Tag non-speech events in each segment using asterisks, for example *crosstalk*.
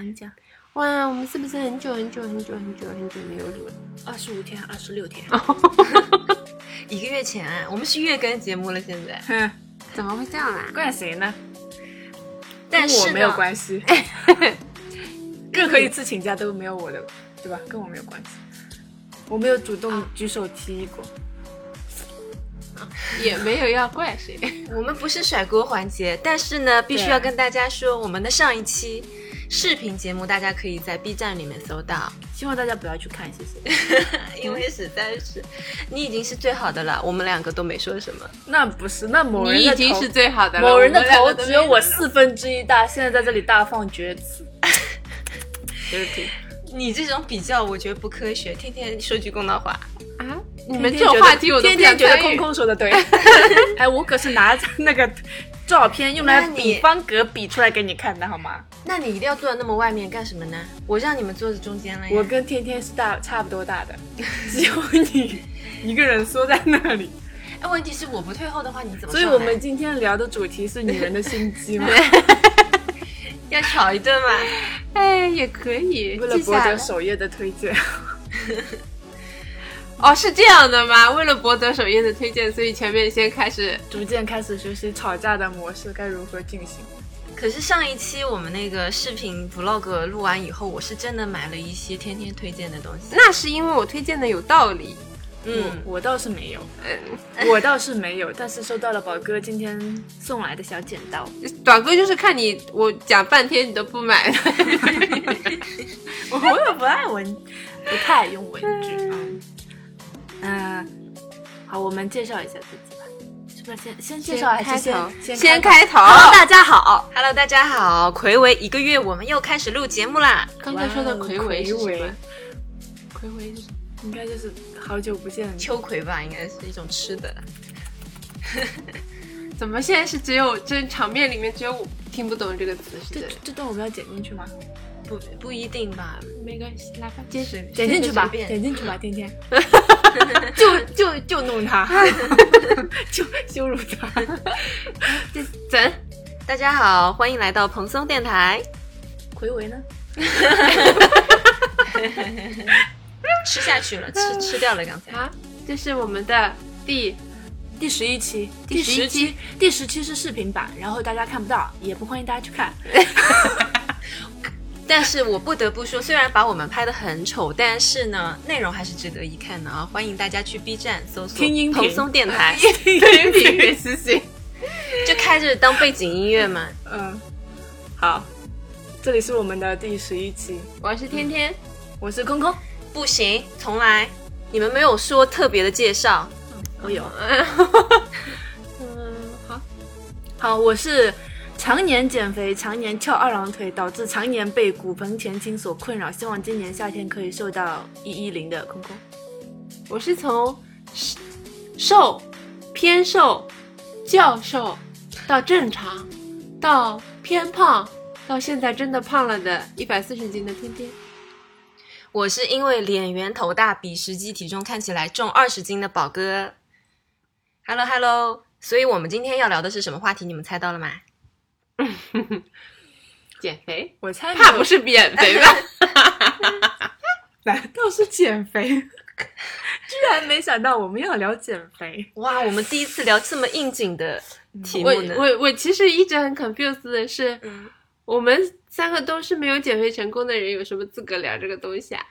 你讲哇，我们是不是很久很久很久很久很久没有录了？二十五天、二十六天， *laughs* 一个月前，我们是月更节目了，现在。 *laughs* 哼，怎么会这样啦？怪谁呢？跟但是我呢没有 *laughs* 关系，哎 *laughs* 任何一次请假都没有我的，对吧？跟我没有关系，我没有主动举手提议过， *laughs* 也没有要怪 *laughs* 谁。我们不是甩锅环节，但是呢，必须对要跟大家说，我们的上一期视频节目大家可以在 B 站里面搜到，希望大家不要去看，谢谢。 *laughs* *laughs* 因为实在是你已经是最好的了，我们两个都没说什么。那不是，那某人你的已经头是最好的了。 *laughs* 某人的我们两头个都只有没我四分之一大，现在在这里大放厥词。对不起你这种比较，我觉得不科学，天天说句公道话。啊！你们这种话题我都天不天想觉得参空与空说的 *laughs* 对。哎，我可是拿着那个照片用来那你比方格比出来给你看的好吗？那你一定要坐在那么外面干什么呢？我让你们坐在中间哎了呀。我跟天天是大差不多大的， *laughs* 只有你一个人缩在那里。哎，问题是我不退后的话，你怎么所上来？以我们今天聊的主题是女人的心机嘛， *laughs* 要吵一顿嘛。 *laughs* 哎，也可以 *laughs* 为了博得首页的推荐。 *laughs* 哦，是这样的吗？为了博得首页的推荐，所以前面先开始逐渐开始学习吵架的模式该如何进行。可是上一期我们那个视频 vlog 录完以后，我是真的买了一些天天推荐的东西。那是因为我推荐的有道理。嗯，我倒是没有，嗯， *laughs* 我倒是没有，但是收到了宝哥今天送来的小剪刀，短哥就是看你我讲半天你都不买的，我也不爱文，不太用文具啊。嗯、好，我们介绍一下自己吧，是不是先先介绍先还是开先头先先开头。 Hello，大家好。 Hello，大家好，暌违一个月，我们又开始录节目啦。刚才说的魁违是哇哦什魁么违？魁违是什么？应该就是好久不见，秋葵吧，应该是一种吃的。怎么现在是只有这场面里面只有我听不懂这个词是这的？这段我们要剪进去吗？不不一定吧，没关系，来吧，接着随剪进去吧，随便剪进去吧，天天，就就就弄 *laughs* 他，就羞辱他。整。大家好，欢迎来到蓬松电台，魁违呢？吃下去了，吃 *laughs* 吃掉了刚才。好，这是我们的 *laughs* 第第十一期，第十一期，第十期是视频版，然后大家看不到，也不欢迎大家去看。但是我不得不说，虽然把我们拍得很丑，但是呢，内容还是值得一看的啊！欢迎大家去 B 站搜索听音频蓬松电 *laughs* 台，音频给私信。就开着当背景音乐嘛。嗯，好，这里是我们的第十一期，我是天天，我是空空，不行，重来，你们没有说特别的介绍，我 *laughs* 有，嗯，好，好，我是常年减肥、常年翘二郎腿，导致常年被骨盆前倾所困扰，希望今年夏天可以瘦到一一零的空空。我是从瘦、偏瘦、较瘦到正常，到偏胖，到现在真的胖了的一百四十斤的天天。我是因为脸圆头大，比实际体重看起来重二十斤的宝哥。Hello Hello，所以我们今天要聊的是什么话题？你们猜到了吗？减肥？我猜怕不是减肥 *laughs* 吧？ *laughs* 难道是减肥？ *laughs* 居然没想到我们要聊减肥。哇，我们第一次聊这么应景的题我目呢。我我其实一直很 confused 的是，嗯我们三个都是没有减肥成功的人，有什么资格聊这个东西啊？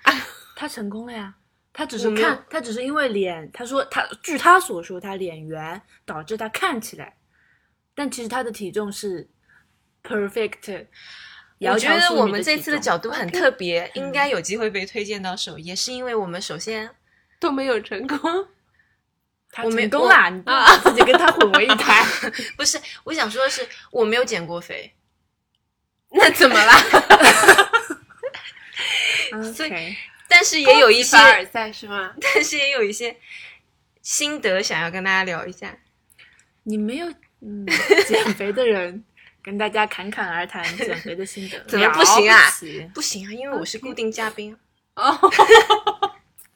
他成功了呀。他只是我没有看，他只是因为脸，他说他据他所说，他脸圆导致他看起来，但其实他的体重是 perfect。我觉得我们这次的嗯角角度 *laughs* 很特别，应该有机会被推荐到首页，是因为我们首先都没有成功，他我没成功啦，你 *laughs* 不要自己跟他混为一谈。 *laughs* 不是我想说的是，我没有减过肥， *laughs* 那怎么 *laughs* 啦？嗯所以 OK 但是也有一些凡，尔赛是吗？ *laughs* 但是也有一些心得想要跟大家聊一下。你没有 *laughs* 嗯减肥的人，跟大家侃侃而谈减肥的 *laughs* 心得，怎么不行啊了起不行啊，因为我是固定嘉宾， *laughs* 哦，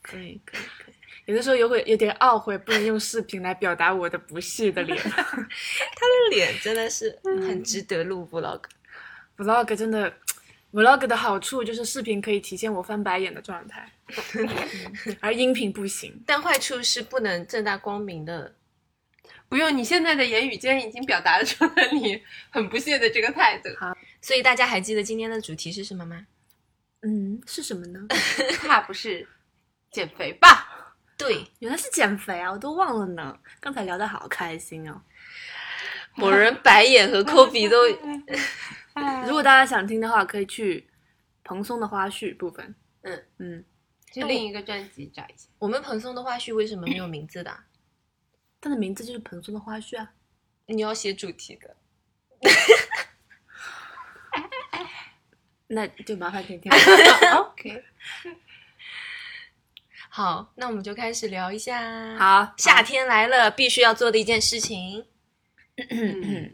可以可以可以，有的时候有会有点懊悔，不能用视频来表达我的不屑的脸。这脸真的是很值得录 vlog。 vlog 真的 Vlog 的好处就是视频可以体现我翻白眼的状 *laughs* 态，嗯而音频不行。但坏处是不能正大光明的。不用，你现在的言语间已经表达出了你很不屑的这个态度。所以大家还记得今天的主题是什么吗？嗯，是什么呢？怕不是减肥 *laughs* 吧？对，原来是减肥啊，我都忘了呢。刚才聊得好开心哦。 *laughs* 某人白眼和抠鼻都哎如果大家想听的话，可以去蓬松的花絮部分。嗯嗯，去另一个专辑找一 *clears throat* 下。 *laughs* 我们蓬松的花絮为什么没有名字的啊？它的名字就是蓬松的花絮啊。你要写主题的，那就麻烦 *laughs* 听听。 OK，好，那我们就开始聊一下。，好，夏天来了，必须要做的一件事情。嗯，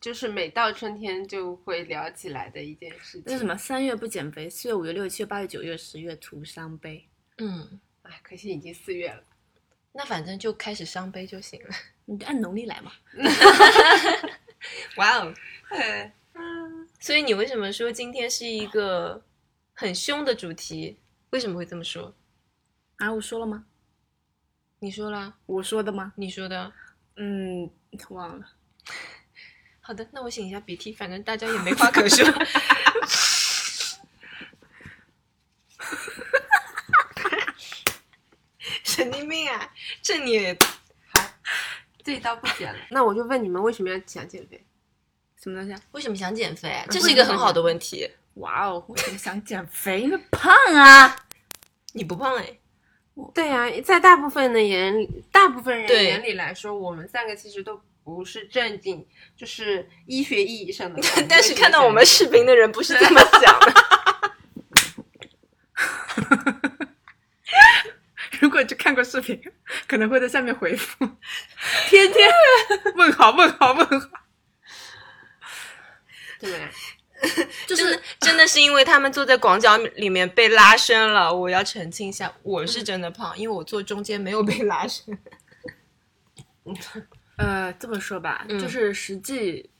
就是每到春天就会聊起来的一件事情。那是什么？三月不减肥，四月、五月、六月、七月、八月、九月、十月徒伤悲。嗯，哎，可惜已经四月了。那反正就开始伤悲就行了。你就按农历来嘛。哇 *laughs* 哦！哎所以你为什么说今天是一个很凶的主题？为什么会这么说？啊，我说了吗？你说啦，我说的吗？你说的。嗯，忘了。好的，那我擤一下鼻涕，反正大家也没话可 *laughs* 说。神经病啊！这你也这一刀不 *laughs* 剪了。那我就问你们为什么要想减肥？什么东西啊？为什么想减肥？这是一个很好的问题。哇哦，我怎么想减肥？因 *laughs* 为胖 *laughs* 啊。你不胖哎，对呀、在大部分的眼里，大部分人对眼里来说，我们三个其实都不是正经，就是医学意义 *laughs* 上的。 *laughs* 但是看到我们，视频的人不是这么想 *laughs* 的。如果去看过视频，可能会在下面回复，天天 *laughs* 问号问号问号，对吧？就真是的真的是因为他们坐在广角里面被拉伸了。我要澄清一下，我是真的胖，因为我坐中间没有被拉伸。呃，这么说吧，嗯就是实际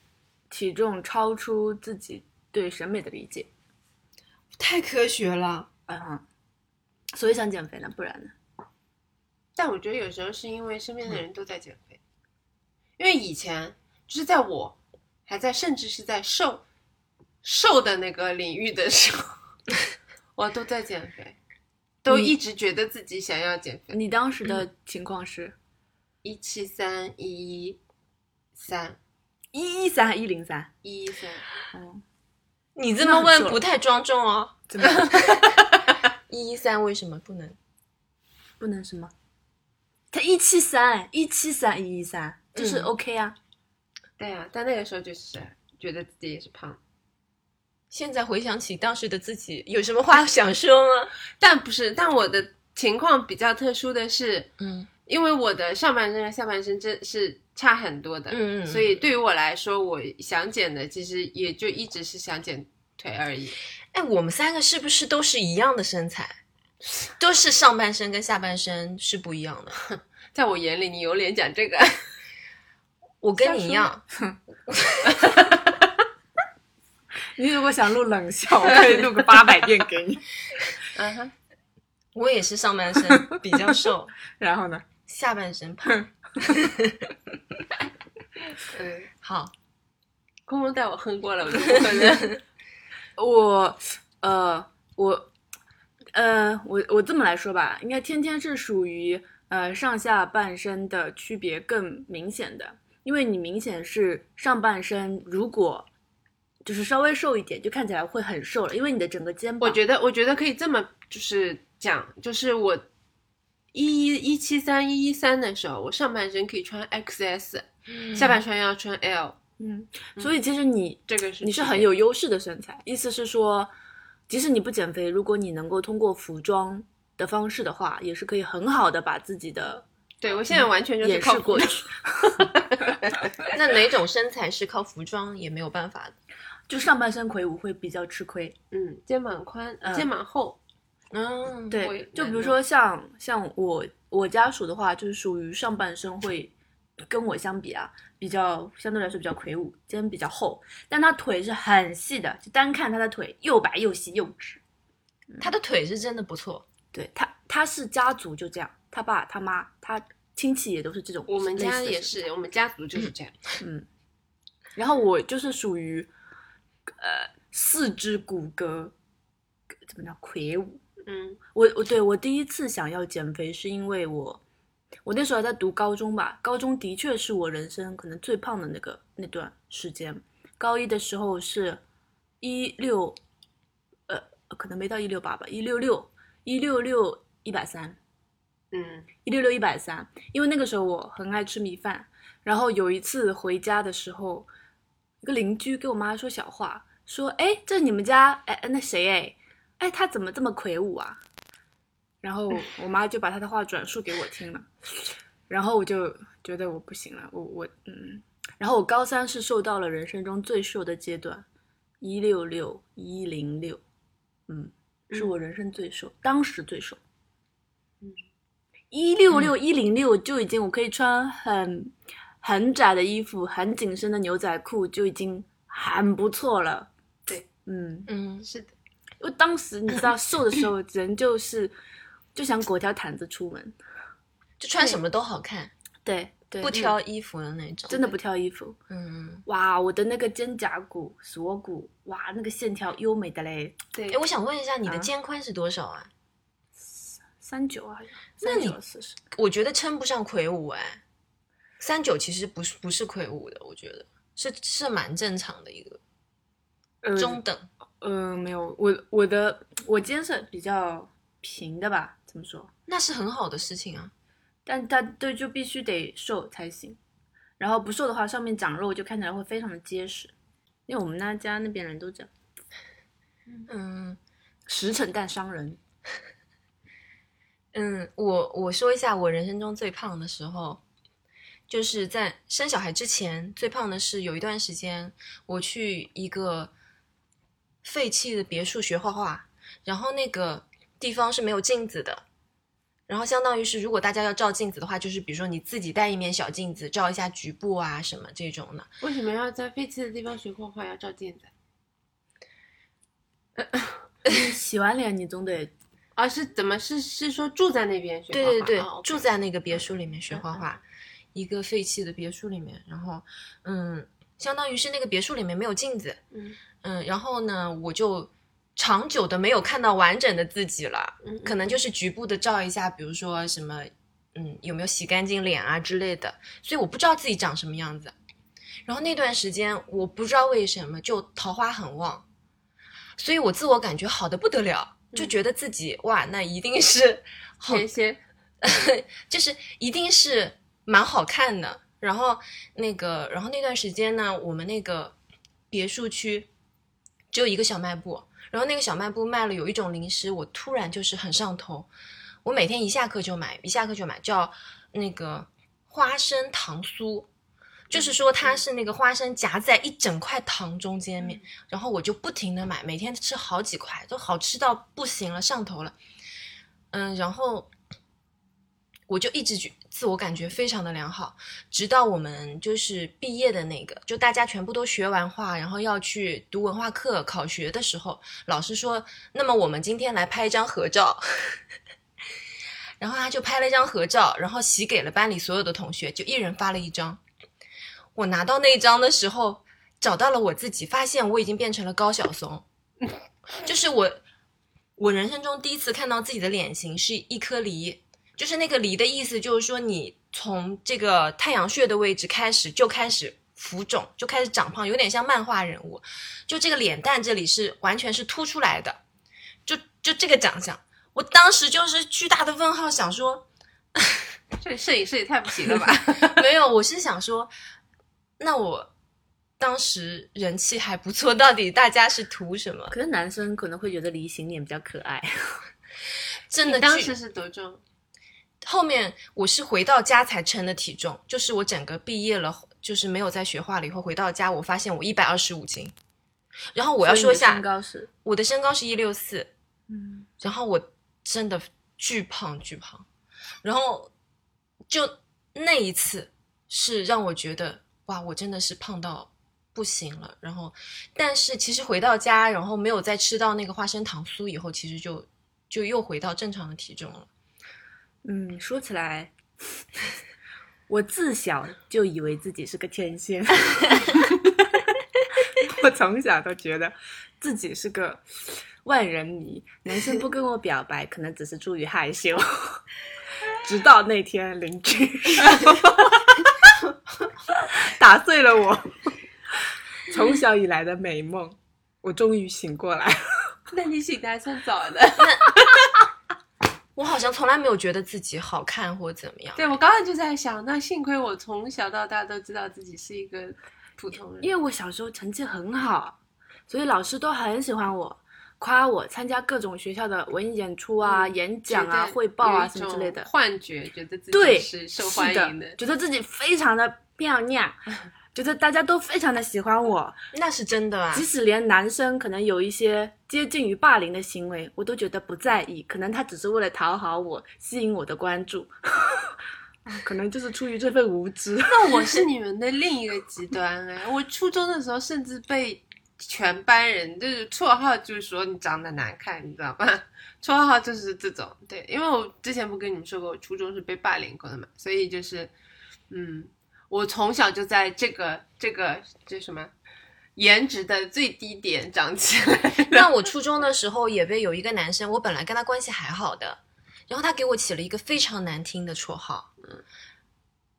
体重超出自己对审美的理解，太科学了。嗯，所以想减肥呢，不然呢？但我觉得有时候是因为身边的人都在减肥，因为以前就是在我还在甚至是在瘦瘦的那个领域的时候， *laughs* 我都在减肥，都你一直觉得自己想要减肥。你当时的情况是一七三一一三一一三还一零三？一一三，哦，你这么问那很不太庄重哦。怎么 *laughs* 一一三为什么不能？不能什么？他一七三，一七三一一三，就是 OK 啊。对呀、但那个时候就是觉得自己也是胖，现在回想起当时的自己，有什么话想说吗？但不是，但我的情况比较特殊的是，嗯因为我的上半身和下半身真是差很多的，嗯嗯嗯所以对于我来说，我想减的其实也就一直是想减腿而已。哎，我们三个是不是都是一样的身材？都是上半身跟下半身是不一样的。在我眼里，你有脸讲这个？我跟你一样，你如果想录冷 *laughs* 笑，我可以录个八百遍给你。嗯哼，我也是上半身 *laughs* 比较瘦， *laughs* 然后呢？下半身胖。嗯，好，空空带我哼过了，我就不哼了。我，呃，我，呃，我我这么来说吧，应该天天是属于呃上下半身的区别更明显的，因为你明显是上半身，如果就是稍微瘦一点，就看起来会很瘦了，因为你的整个肩膀，我觉得，我觉得可以这么就是讲，就是我一一一七三一一三的时候，我上半身可以穿 XS，、下嗯半身要穿 L，嗯，所以其实你这个是你区是别很有优势的身材，意思是说，即使你不减肥，如果你能够通过服装的方式的话，也是可以很好的把自己的对我现在完全就是掩靠饰过谱去的。。 *laughs* 那哪种身材是靠服装也没有办法的？就上半身魁梧会比较吃亏。嗯，肩膀宽，嗯肩膀厚，嗯，会对，就比难如的说像像我我家属的话，就是属于上半身会跟我相比啊，比较相对来说比较魁梧，肩比较厚，但他腿是很细的，就单看他的腿又白又细又直。他的腿是真的不错，对他，他是家族就这样，他爸他妈他亲戚也都是这种。我们类似家的也身是材，我们家族就是这样。嗯，然后我就是属于，呃，四肢骨骼怎么讲魁梧。嗯我我对我第一次想要减肥是因为我，我那时候还在读高中吧，高中的确是我人生可能最胖的那个那段时间。高一的时候是一六，呃，可能没到一六八吧，一六六，一六六一百三，嗯一六六一百三，因为那个时候我很爱吃米饭。然后有一次回家的时候，一个邻居给我妈说小话，说：“哎，这是你们家哎哎那谁哎哎他怎么这么魁梧啊？”然后我妈就把她的话转述给我听了，然后我就觉得我不行了，我我嗯，然后我高三是瘦到了人生中最瘦的阶段，一六六一零六，嗯，是我人生最瘦，当时最瘦。一六嗯六一零六就已经，我可以穿很很窄的衣服，很紧身的牛仔裤，就已经很不错了。对，嗯，嗯，是的，因为当时你知道瘦的时候，人就是就想裹条毯子出门，就穿什么都好看，对对，不挑衣服的那种，真的不挑衣服。嗯。哇，我的那个肩胛骨、锁骨，哇，那个线条优美的嘞，对哎，我想问一下，你的啊肩宽是多少啊？三九啊，那三你九四十，我觉得称不上魁梧哎，三九其实不是不是魁梧的，我觉得是是蛮正常的一个呃中等。呃没有，我我的我肩是比较平的吧，怎么说？那是很好的事情啊，但他对就必须得瘦才行，然后不瘦的话，上面长肉就看起来会非常的结实，因为我们那家那边人都这样，嗯实诚但伤 *laughs* 人。嗯，我我说一下我人生中最胖的时候，就是在生小孩之前最胖的是有一段时间我去一个废弃的别墅学画画，然后那个地方是没有镜子的，然后相当于是，如果大家要照镜子的话，就是比如说你自己带一面小镜子照一下局部啊什么这种的。为什么要在废弃的地方学画画要照镜子？洗完脸你总得啊，是怎么是是说住在那边学对画画？对对，啊，OK 住在那个别墅里面学画嗯嗯画，一个废弃的别墅里面，然后嗯，相当于是那个别墅里面没有镜子，嗯嗯，然后呢，我就长久的没有看到完整的自己了，嗯嗯可能就是局部的照一下，比如说什么，嗯，有没有洗干净脸啊之类的，所以我不知道自己长什么样子。然后那段时间，我不知道为什么就桃花很旺，所以我自我感觉好的不得了，就嗯觉得自己、哇，那一定是好天蝎，就是一定是蛮好看的。然后那个，然后那段时间呢，我们那个别墅区只有一个小卖部，然后那个小卖部卖了有一种零食，我突然就是很上头，我每天一下课就买，一下课就买，叫那个花生糖酥。就是说，它是那个花生夹在一整块糖中间面，然后我就不停的买，每天吃好几块，都好吃到不行了，上头了。嗯，然后我就一直觉自我感觉非常的良好，直到我们就是毕业的那个，就大家全部都学完画，然后要去读文化课考学的时候，老师说，那么我们今天来拍一张合照。 *laughs* 然后他就拍了一张合照，然后洗给了班里所有的同学，就一人发了一张。我拿到那一张的时候，找到了我自己，发现我已经变成了高晓松，就是我，我人生中第一次看到自己的脸型是一颗梨，就是那个梨的意思，就是说你从这个太阳穴的位置开始就开始浮肿，就开始长胖，有点像漫画人物。就这个脸蛋这里是完全是凸出来的，就就这个长相，我当时就是巨大的问号，想说这摄影师也太不行了吧？没有，我是想说，那我当时人气还不错，到底大家是图什么？可是男生可能会觉得梨形脸比较可爱，*laughs* 真你的当巨时是多重？后面我是回到家才称的体重，就是我整个毕业了，就是没有在学画了以后回到家，我发现我一百二十五斤。然后我要所以说一你的下身，高是我的身高是一六四，嗯，然后我真的巨胖巨胖，然后就那一次是让我觉得哇，我真的是胖到不行了。然后，但是其实回到家，然后没有再吃到那个花生糖酥以后，其实就就又回到正常的体重了。嗯，说起来， *laughs* 我自小就以为自己是个天仙， *laughs* 我从小都觉得自己是个万人迷，男生不跟我表白，可能只是出于害羞。 *laughs* 直到那天邻居 *laughs* 打碎了我 *laughs* 从小以来的美梦，我终于醒过来了。那你醒的还算早的。我好像从来没有觉得自己好看或怎么样。 *laughs* 对我刚刚就在想，那幸亏我从小到大都知道自己是一个普通人，因为我小时候成绩很好，所以老师都很喜欢我，夸我参加各种学校的文艺演出啊、嗯演讲觉啊、得汇报啊有一什么之类的种。幻觉，觉得自己对，是受欢迎的，觉得自己非常的 *laughs* 漂亮，觉得大家都非常的喜欢我，那是真的啊即！使连男生可能有一些接近于霸凌的行为，我都觉得不在意，可能他只是为了讨好我，吸引我的关 *laughs* 注，可能就是出于这份无知。那我是你们的另一个极端哎！我初中的时候甚至被全班人就是绰号，就是说你长得难看，你知道吧？绰号就是这种，对，因为我之前不跟你们说过，我初中是被霸凌过的嘛，所以就是，嗯，我从小就在这个这个这什么颜值的最低点长起来那我初中的时候也被有一个男生，我本来跟他关系还好的，然后他给我起了一个非常难听的绰号，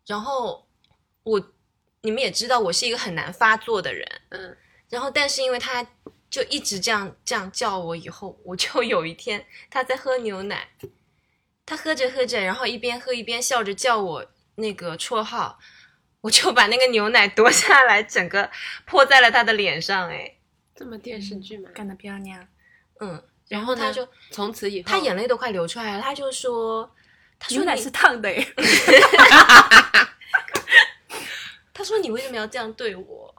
然后我你们也知道我是一个很难发作的人，嗯，然后但是因为他就一直这样这样叫我，以后我就有一天他在喝牛奶，他喝着喝着，然后一边喝一边笑着叫我那个绰号，我就把那个牛奶夺下来，整个泼在了他的脸上，哎，这么电视剧嘛，干得漂亮，嗯，然后呢他就从此以后他眼泪都快流出来了，他就说，他说牛奶你是烫的耶，他说你为什么要这样对我？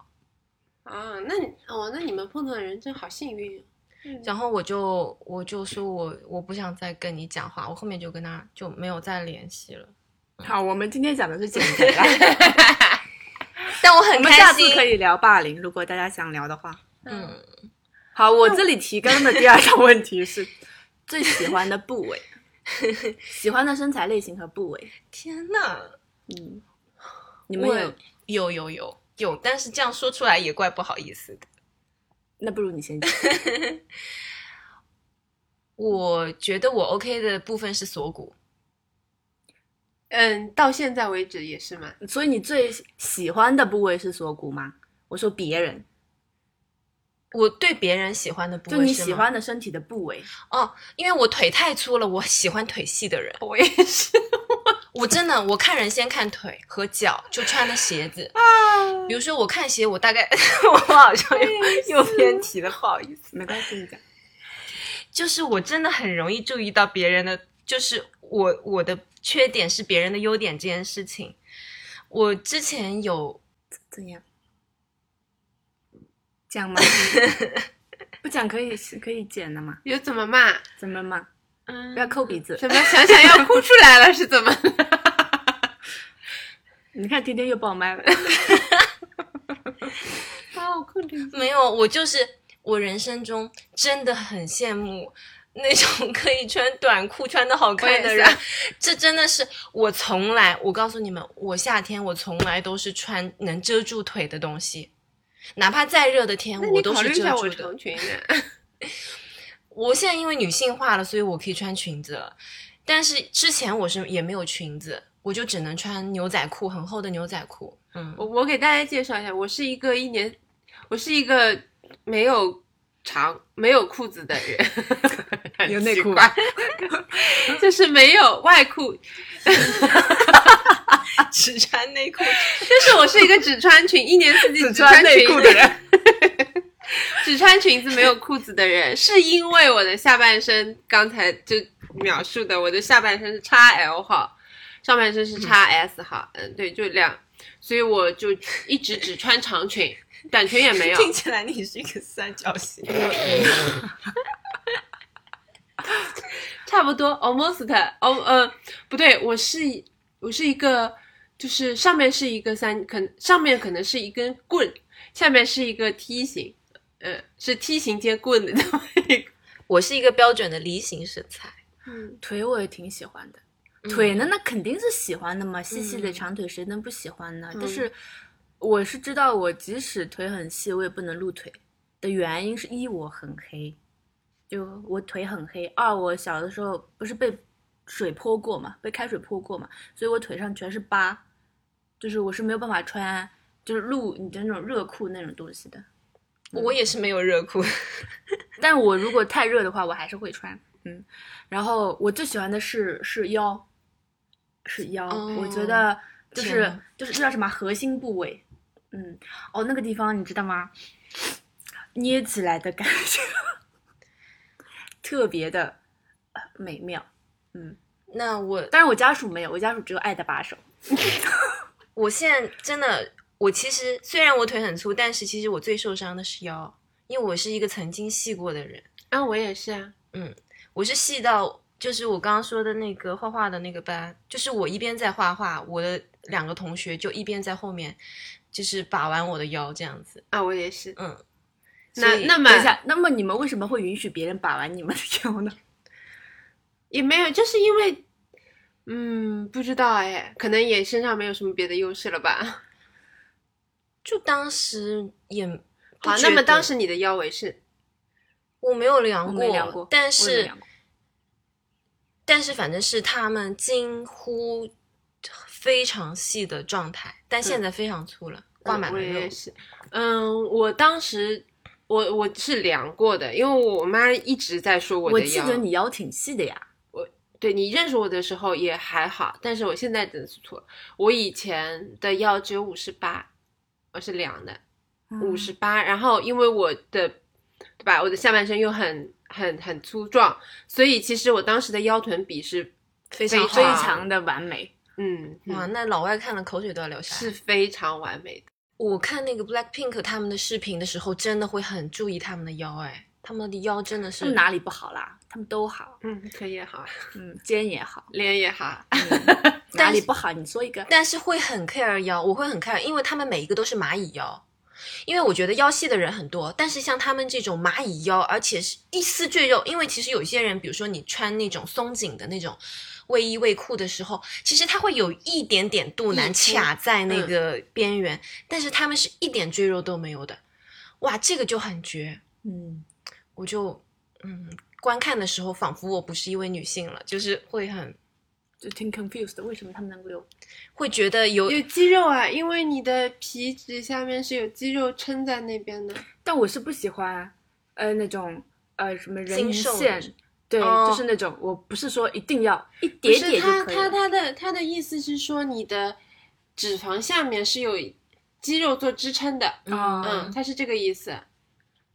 啊，那你哦，那你们碰到的人真好幸运哦。然后我就我就说我我不想再跟你讲话，我后面就跟他就没有再联系了。好，我们今天讲的是减肥 *laughs* 啦，但我很我们下开次心，可以聊霸凌，如果大家想聊的话。嗯，好，我这里提纲的第二个问题是 *laughs* 最喜欢的部 *laughs* 位，喜欢的身材类型和部位。天哪，嗯，你你们有？有有有有，但是这样说出来也怪不好意思的。那不如你先讲。我觉得我 OK 的部分是锁骨，嗯，到现在为止也是嘛，所以你最喜欢的部位是锁骨吗？我说别人，我对别人喜欢的部就位你是吗喜欢的身体的部位。哦，因为我腿太粗了，我喜欢腿细的人。我也是。 *laughs* 我真的，我看人先看腿和脚，就穿的鞋子。比如说我看鞋，我大概 *laughs* 我好像又又偏题了，不好意思。没关系，你讲。就是我真的很容易注意到别人的，就是我我的缺点是别人的优点这件事情。我之前有怎样？讲 *laughs* 吗？不讲可以可以剪的嘛？有怎么嘛？怎么嘛？嗯不要抠鼻子。怎么想想要哭出来了是怎 *laughs* 么了？你看天天又爆 *laughs* 麦了。啊，我控制没有，我就是我人生中真的很羡慕那种 *laughs* 可以穿短裤穿的好看的人我也。这真的是我从来，我告诉你们，我夏天我从来都是穿能遮住腿的东西，哪怕再热的天，那我你都考虑是一遮下住我的。成群的，我现在因为女性化了，所以我可以穿裙子了。但是之前我是也没有裙子，我就只能穿牛仔裤，很厚的牛仔裤。*laughs* 嗯，我我给大家介绍一下，我是一个一年，我是一个没有长没有裤子的 *laughs* 人，很有内奇裤怪， *laughs* 就是没有外裤，啊只穿内 *laughs* 裤。就是我是一个只穿裙，一年四季穿内裙裤的人， *laughs* 只穿裙子没有裤子的人，是因为我的下半身刚才就描述的，我的下半身是 XL 号，上半身是 XS 号，嗯，对，就两，所以我就一直只穿长裙，短裙也没 *laughs* 有。起来你是一个三角形。差不多，almost，哦，呃，不对，我是我是一个就是上面是一个三，可上面可能是一根棍，下面是一个梯形，呃，是梯形接棍的 *laughs* 那么一个。我是一个标准的梨形身材，嗯，腿我也挺喜欢的，嗯腿呢那肯定是喜欢的嘛，细细的嗯长腿谁能不喜欢呢？嗯但是我是知道，我即使腿很细，我也不能露腿的原因是一我很黑，就我腿很黑；二我小的时候不是被水泼过嘛，被开水泼过嘛，所以我腿上全是疤，就是我是没有办法穿就是露你的那种热裤那种东西的。我也是没有热裤。但我如果太热的话，我还是会穿。嗯，然后我最喜欢的是是腰，是腰，哦我觉得就天是哪就是这叫什么核心部位，嗯，哦那个地方你知道吗？捏起来的感觉 *laughs* 特别的呃美妙。 *laughs* 那我当然我家属没有，我家属只有爱的把手。我现在真的，我其实虽然我腿很粗，但是其实我最受伤的是腰，因为我是一个曾经细过的人，啊，我也是啊，我是细到就是我刚刚说的那个画画的那个班，就是我一边在画画，我的两个同学就一边在后面就是把玩我的腰这样子，啊，我也是。嗯，那所以那么等一下，那么你们为什么会允许别人把玩你们的腰呢？也没有，就是因为，嗯，不知道哎，可能也身上没有什么别的优势了吧。就当时也不好，觉那么得当时你的腰围是我没有量我过，没量过，但我也没是量过但是反正是他们近乎非常细的状态，但现在非常粗了，挂满我了肉也。是，嗯，我当时我我是量过的，因为我妈一直在说我我的记腰。得你腰挺细的呀。对你认识我的时候也还好，但是我现在真的是错了，我以前的腰只有五十八，我是量的五嗯嗯十八，然后因为我的对吧，我的下半身又很很很粗壮，所以其实我当时的腰臀比是非常常啊好非常的完美。嗯哇，嗯那老外看了口水都要流下来。是非常完美的。我看那个 Blackpink 他们的视频的时候，真的会很注意他们的腰，哎，他们的腰真的他是们哪里不好啦？他们都好，嗯，哎腿也好，嗯，肩也好，脸也好，哪但里是不好？你说一个。但是会很 care 腰，我会很 care，因为他们每一个都是蚂蚁腰，因为我觉得腰细的人很多，但是像他们这种蚂蚁腰，而且是一丝赘肉，因为其实有些人，比如说你穿那种松紧的那种卫衣卫裤的时候，其实它会有一点点肚溢腩出卡在那个边缘，但是他们是一点赘肉都没有的，哇，这个就很绝，嗯，我就嗯，观看的时候仿佛我不是一位女性了，就是会很就挺 confused，的为什么他们能够有？会觉得有有肌肉啊，因为你的皮脂下面是有肌肉撑在那边的。但我是不喜欢，呃，那种呃什么人鱼精瘦的线，对，哦就是那种，我不是说一定要一不点是点他就可以他了。他的他的意思是说，你的脂肪下面是有肌肉做支撑的，嗯，他是这个意思。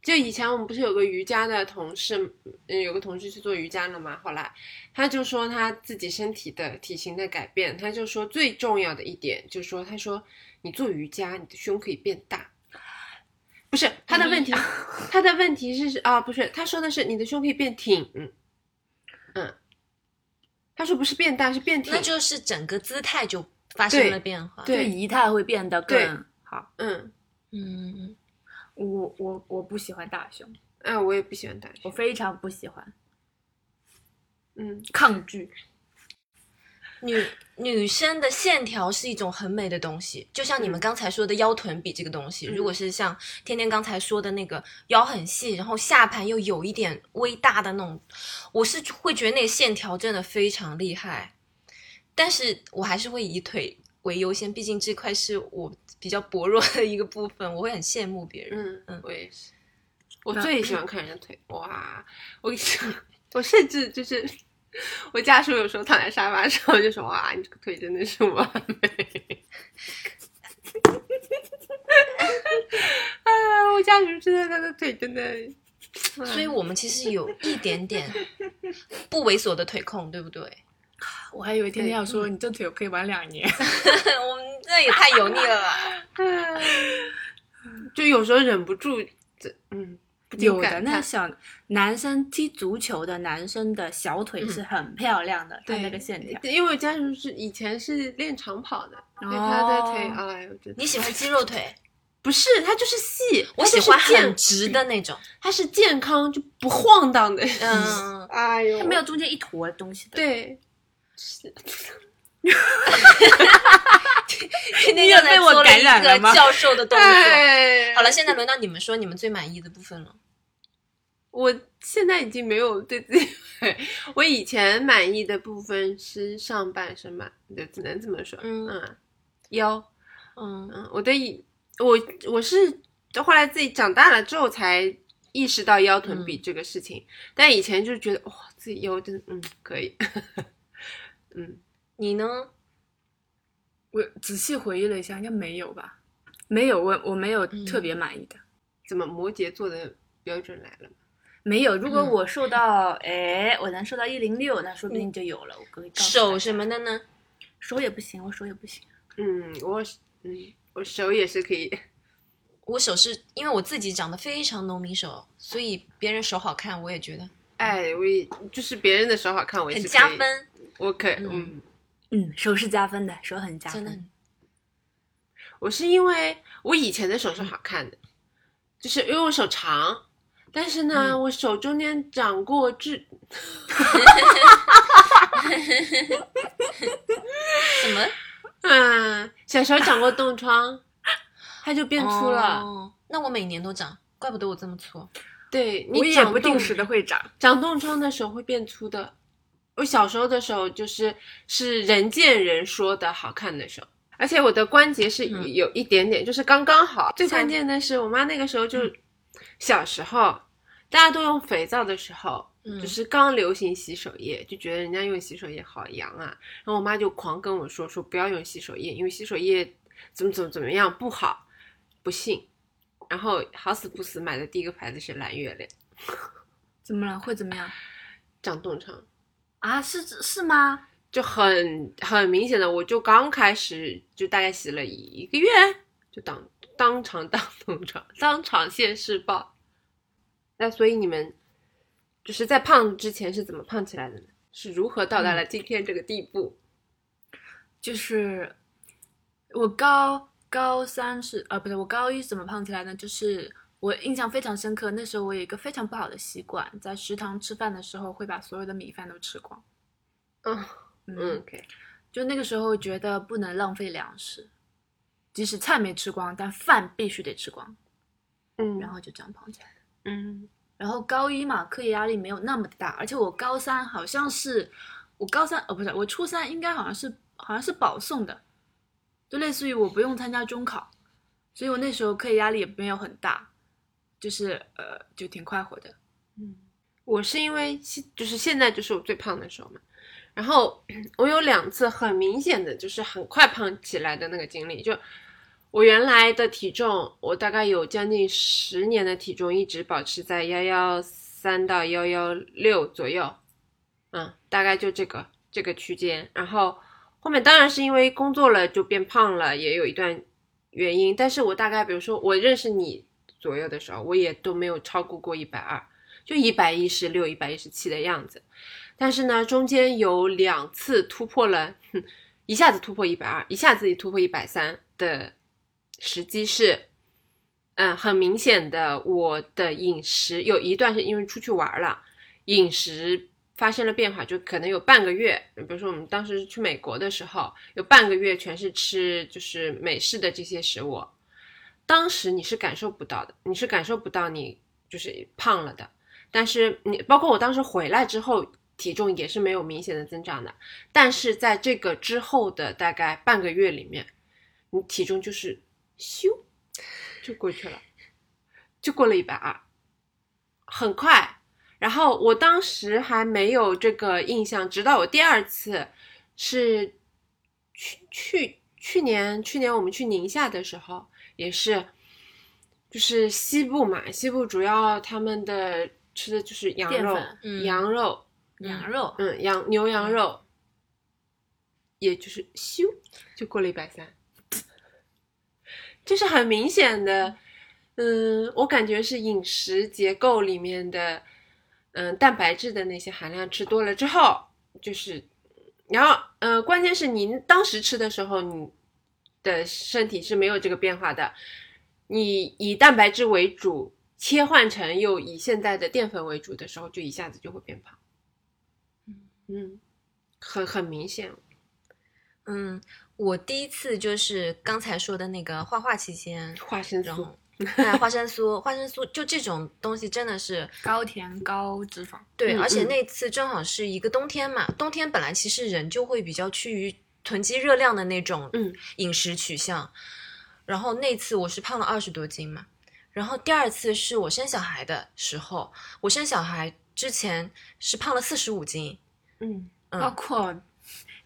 就以前我们不是有个瑜伽的同事，嗯，有个同事去做瑜伽了嘛，后来他就说他自己身体的体型的改变，他就说最重要的一点，就说他说你做瑜伽，你的胸可以变大。不是他的问题， *laughs* 他的问题是啊，不是他说的是你的胸可以变挺，嗯，他说不是变大，是变挺，那就是整个姿态就发生了变化。对对仪态会变得更对好。嗯，嗯，我我我不喜欢大胸，哎、我也不喜欢大我胸，非常不喜欢，嗯，抗拒。女女生的线条是一种很美的东西，就像你们刚才说的腰臀比这个东西，嗯如果是像天天刚才说的那个腰很细，然后下盘又有一点微大的那种，我是会觉得那个线条真的非常厉害，但是我还是会以腿为优先，毕竟这块是我比较薄弱的一个部分，我会很羡慕别人。嗯嗯，我也是。我那嗯最喜欢看人家腿，哇！我跟你说， *laughs* 我甚至就是我家属有时候躺在沙发上，我就说哇，你这个腿真的是完美。啊，我家属真的，他的腿真的，嗯所以我们其实有一点点不猥琐的腿控，对不对？我还以为天天对要说你这腿我可以玩两年，我们这也太油腻了吧！哎就有时候忍不住，这嗯，不禁有的感那叹小男生踢足球的男生的小腿是很漂亮的，他对那个线条。因为我家属是以前是练长跑的，所以他的腿，哦哎，我觉得你喜欢肌肉腿，不是，他就是细，我它就喜是欢很健，直的那种。他是健康就不晃荡的。 *laughs* 嗯，哎呦他没有中间一坨东西的。，对，天天你也刚才被我做感染了了一个吗教授的动作。对，好了，，现在轮到你们说你们最满意的部分了。我现在已经没有对自己， *laughs* 我以前满意的部分是上半身吧，就只能这么说。嗯腰，嗯嗯，我对，我我是后来自己长大了之后才意识到腰臀嗯比这个事情，但以前就觉得哇，自己腰真的嗯可以， *laughs* 嗯，你呢？我仔细回忆了一下，应该没有吧？没有，我我没有特别满意的。怎么摩羯座的标准来了？没有，如果嗯我瘦到，哎、我能瘦到一零六，那说不定就有了。我可以告诉大手家什么的呢？手也不行，我手也不行。嗯，我是嗯我手也是可以，我手是因为我自己长得非常浓密手，所以别人手好看，我也觉得哎，我也就是别人的手好看，我也很是加可以，分，我可嗯嗯嗯，手是加分的，手很加真的分。。我是因为我以前的手是好看的，就是因为我手长，但是呢，我手中间长过痣，怎么嗯，小时候长过冻疮，它就变粗了。哦那我每年都长，怪不得我这么粗。对我你也长不定冻时的会长。长冻疮的手会变粗的。我小时候的手就是是人见人说的好看的手，而且我的关节是嗯有一点点，就是刚刚好。最关关键的是，我妈那个时候就嗯小时候，大家都用肥皂的时候，嗯，就是刚流行洗手液，就觉得人家用洗手液好洋啊。然后我妈就狂跟我说说不要用洗手液，因为洗手液怎么怎么怎么样不好，不信。然后好死不死买的第一个牌子是蓝月亮，怎么了？会怎么样？长冻疮啊，是是吗？就很很明显的，我就刚开始就大概洗了一个月，就当当场当冻疮，当场现世报。那所以你们就是在胖之前是怎么胖起来的呢？是如何到达了今天这个地步？就是我高高三是呃，不对，我高一怎么胖起来呢？就是我印象非常深刻，那时候我有一个非常不好的习惯，在食堂吃饭的时候会把所有的米饭都吃光。嗯嗯嗯，OK，就那个时候觉得不能浪费粮食，即使菜没吃光，但饭必须得吃光，嗯然后就这样胖起来。嗯然后高一嘛，课业压力没有那么大，而且我高三好像是，我高三哦不是，我初三应该好像是好像是保送的，就类似于我不用参加中考，所以我那时候课业压力也没有很大，就是呃就挺快活的。嗯，我是因为现就是现在就是我最胖的时候嘛，然后我有两次很明显的就是很快胖起来的那个经历，就我原来的体重，我大概有将近十年的体重一直保持在幺幺三到幺幺六左右，嗯，大概就这个这个区间，然后后面当然是因为工作了就变胖了，也有一段原因，但是我大概比如说我认识你左右的时候，我也都没有超过过一百二。就一百一十六、一百一十七的样子。但是呢，中间有两次突破了，哼一下子突破一百二，一下子突破一百三的时机是，嗯，很明显的，我的饮食有一段是因为出去玩了，饮食发生了变化，就可能有半个月，比如说我们当时去美国的时候，有半个月全是吃就是美式的这些食物，当时你是感受不到的，你是感受不到你就是胖了的，但是你包括我当时回来之后，体重也是没有明显的增长的。但是在这个之后的大概半个月里面，你体重就是咻就过去了，就过了一百二，很快。然后我当时还没有这个印象，直到我第二次是去去去年去年我们去宁夏的时候，也是，就是西部嘛，西部主要他们的吃的就是羊淀肉粉，嗯羊肉，羊肉，嗯，羊牛羊肉，也就是咻就过了一百三，就是很明显的，嗯，我感觉是饮食结构里面的，嗯，蛋白质的那些含量吃多了之后，就是，然后，呃，关键是你当时吃的时候，你的身体是没有这个变化的。你以蛋白质为主，切换成又以现在的淀粉为主的时候，就一下子就会变胖。嗯，很很明显。嗯，我第一次就是刚才说的那个画画期间，花生然酥后哎，花生酥，花生酥就这种东西真的是高甜高脂肪，对，嗯而且嗯那次正好是一个冬天嘛，冬天本来其实人就会比较趋于囤积热量的那种嗯饮食取向，然后那次我是胖了二十多斤嘛，然后第二次是我生小孩的时候，我生小孩之前是胖了四十五斤，嗯，嗯包括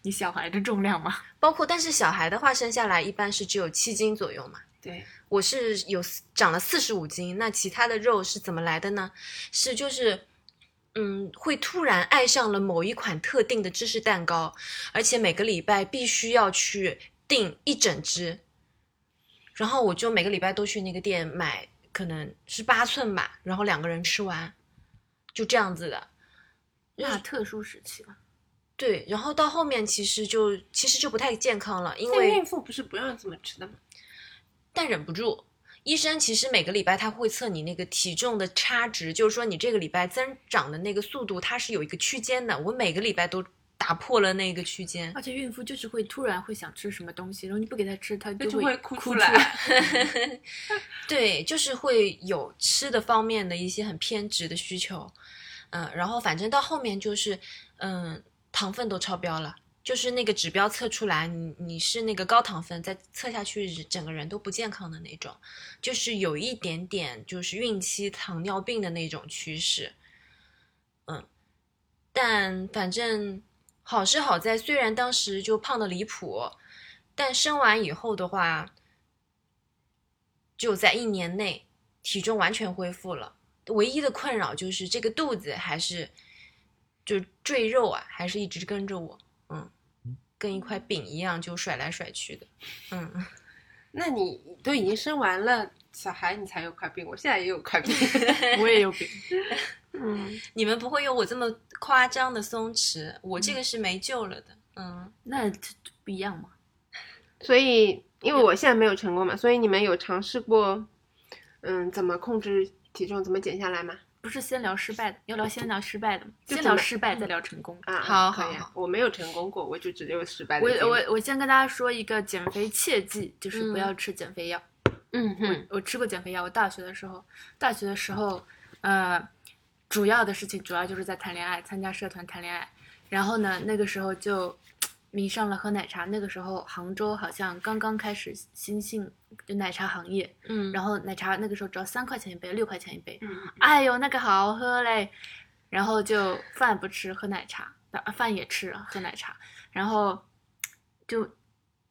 你小孩的重量吗？包括但是小孩的话生下来一般是只有七斤左右嘛，对，我是有四长了四十五斤，那其他的肉是怎么来的呢？是就是，嗯，会突然爱上了某一款特定的芝士蛋糕，而且每个礼拜必须要去订一整只，然后我就每个礼拜都去那个店买，可能是八寸吧，然后两个人吃完，就这样子的。那特殊时期吧，对，然后到后面其实就其实就不太健康了，因但为孕妇不是不让这么吃的吗？但忍不住。医生其实每个礼拜他会测你那个体重的差值，就是说你这个礼拜增长的那个速度，它是有一个区间的。我每个礼拜都打破了那个区间，而且孕妇就是会突然会想吃什么东西，然后你不给她吃，她那就会会哭出出来。 *laughs* 对，就是会有吃的方面的一些很偏执的需求，嗯、然后反正到后面就是，嗯、糖分都超标了，就是那个指标测出来，你你是那个高糖分，再测下去整个人都不健康的那种，就是有一点点就是孕期糖尿病的那种趋势，嗯，但反正好是好在，虽然当时就胖的离谱，但生完以后的话。就在一年内体重完全恢复了。唯一的困扰就是这个肚子还是就赘肉啊，还是一直跟着我，嗯，跟一块饼一样就甩来甩去的，嗯， *laughs* 那你都已经生完了小孩，你才有块病，我现在也有块病。我也有病，嗯，你们不会有我这么夸张的松弛，我这个是没救了的，嗯，那不一样嘛。所以因为我现在没有成功嘛，所以你们有尝试过，嗯，怎么控制体重，怎么减下来吗？不是先聊失败的，要聊先聊失败的，就先怎聊么失败再聊成功。啊，好可以啊好好我没有成功过，我就只有失败的我经历。我我先跟大家说一个减肥切记，就是不嗯要吃减肥药。嗯哼，我吃过减肥药，我大学的时候，大学的时候，呃，主要的事情主要就是在谈恋爱，参加社团谈恋爱。然后呢，那个时候就迷上了喝奶茶。那个时候杭州好像刚刚开始新兴就奶茶行业，嗯然然后奶茶那个时候只要三块钱一杯，六块钱一杯，嗯哎呦，那个好喝嘞。然后就饭不吃，喝奶茶，啊饭也吃，喝奶茶。然后就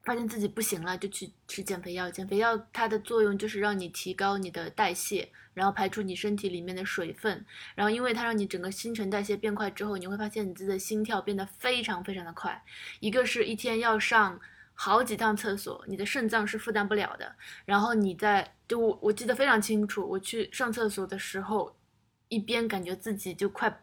发现自己不行了，就去吃减肥药。减肥药它的作用就是让你提高你的代谢，然后排出你身体里面的水分。然后因为它让你整个新陈代谢变快之后，你会发现你自己的心跳变得非常非常的快。一个是一天要上好几趟厕所，你的肾脏是负担不了的。然后你在就我我记得非常清楚，我去上厕所的时候，一边感觉自己就快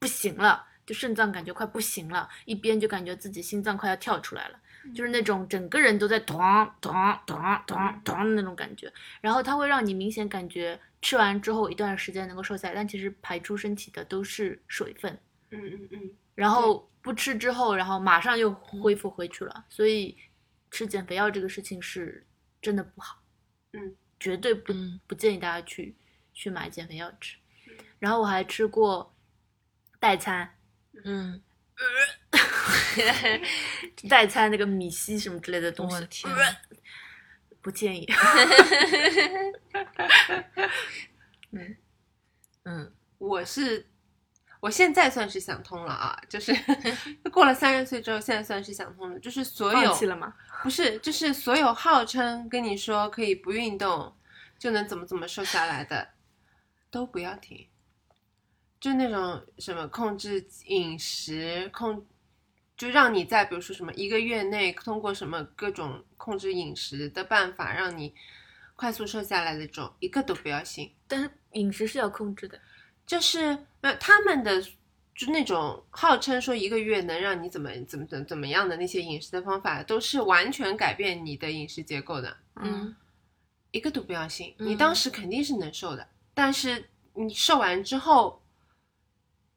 不行了，就肾脏感觉快不行了，一边就感觉自己心脏快要跳出来了，就是那种整个人都在咚咚咚咚咚的那种感觉。然后它会让你明显感觉吃完之后一段时间能够瘦下来，但其实排出身体的都是水分。嗯嗯嗯，然后不吃之后，然后马上又恢复回去了。所以吃减肥药这个事情是真的不好，嗯，绝对不、嗯不建议大家去去买减肥药吃。然后我还吃过代餐，嗯，代餐那个米稀什么之类的东我西的，天，不建议。嗯，嗯我是。我现在算是想通了啊，就是 *laughs* 过了三十岁之后，现在算是想通了，就是所有放弃了吗？不是，就是所有号称跟你说可以不运动就能怎么怎么瘦下来的，都不要听。就那种什么控制饮食控，就让你在比如说什么一个月内通过什么各种控制饮食的办法，让你快速瘦下来的种，一个都不要信。但是饮食是要控制的，就是呃，他们的就那种号称说一个月能让你怎么怎么怎么怎么样的那些饮食的方法，都是完全改变你的饮食结构的，嗯，一个都不要信。嗯你当时肯定是能瘦的，但是你瘦完之后，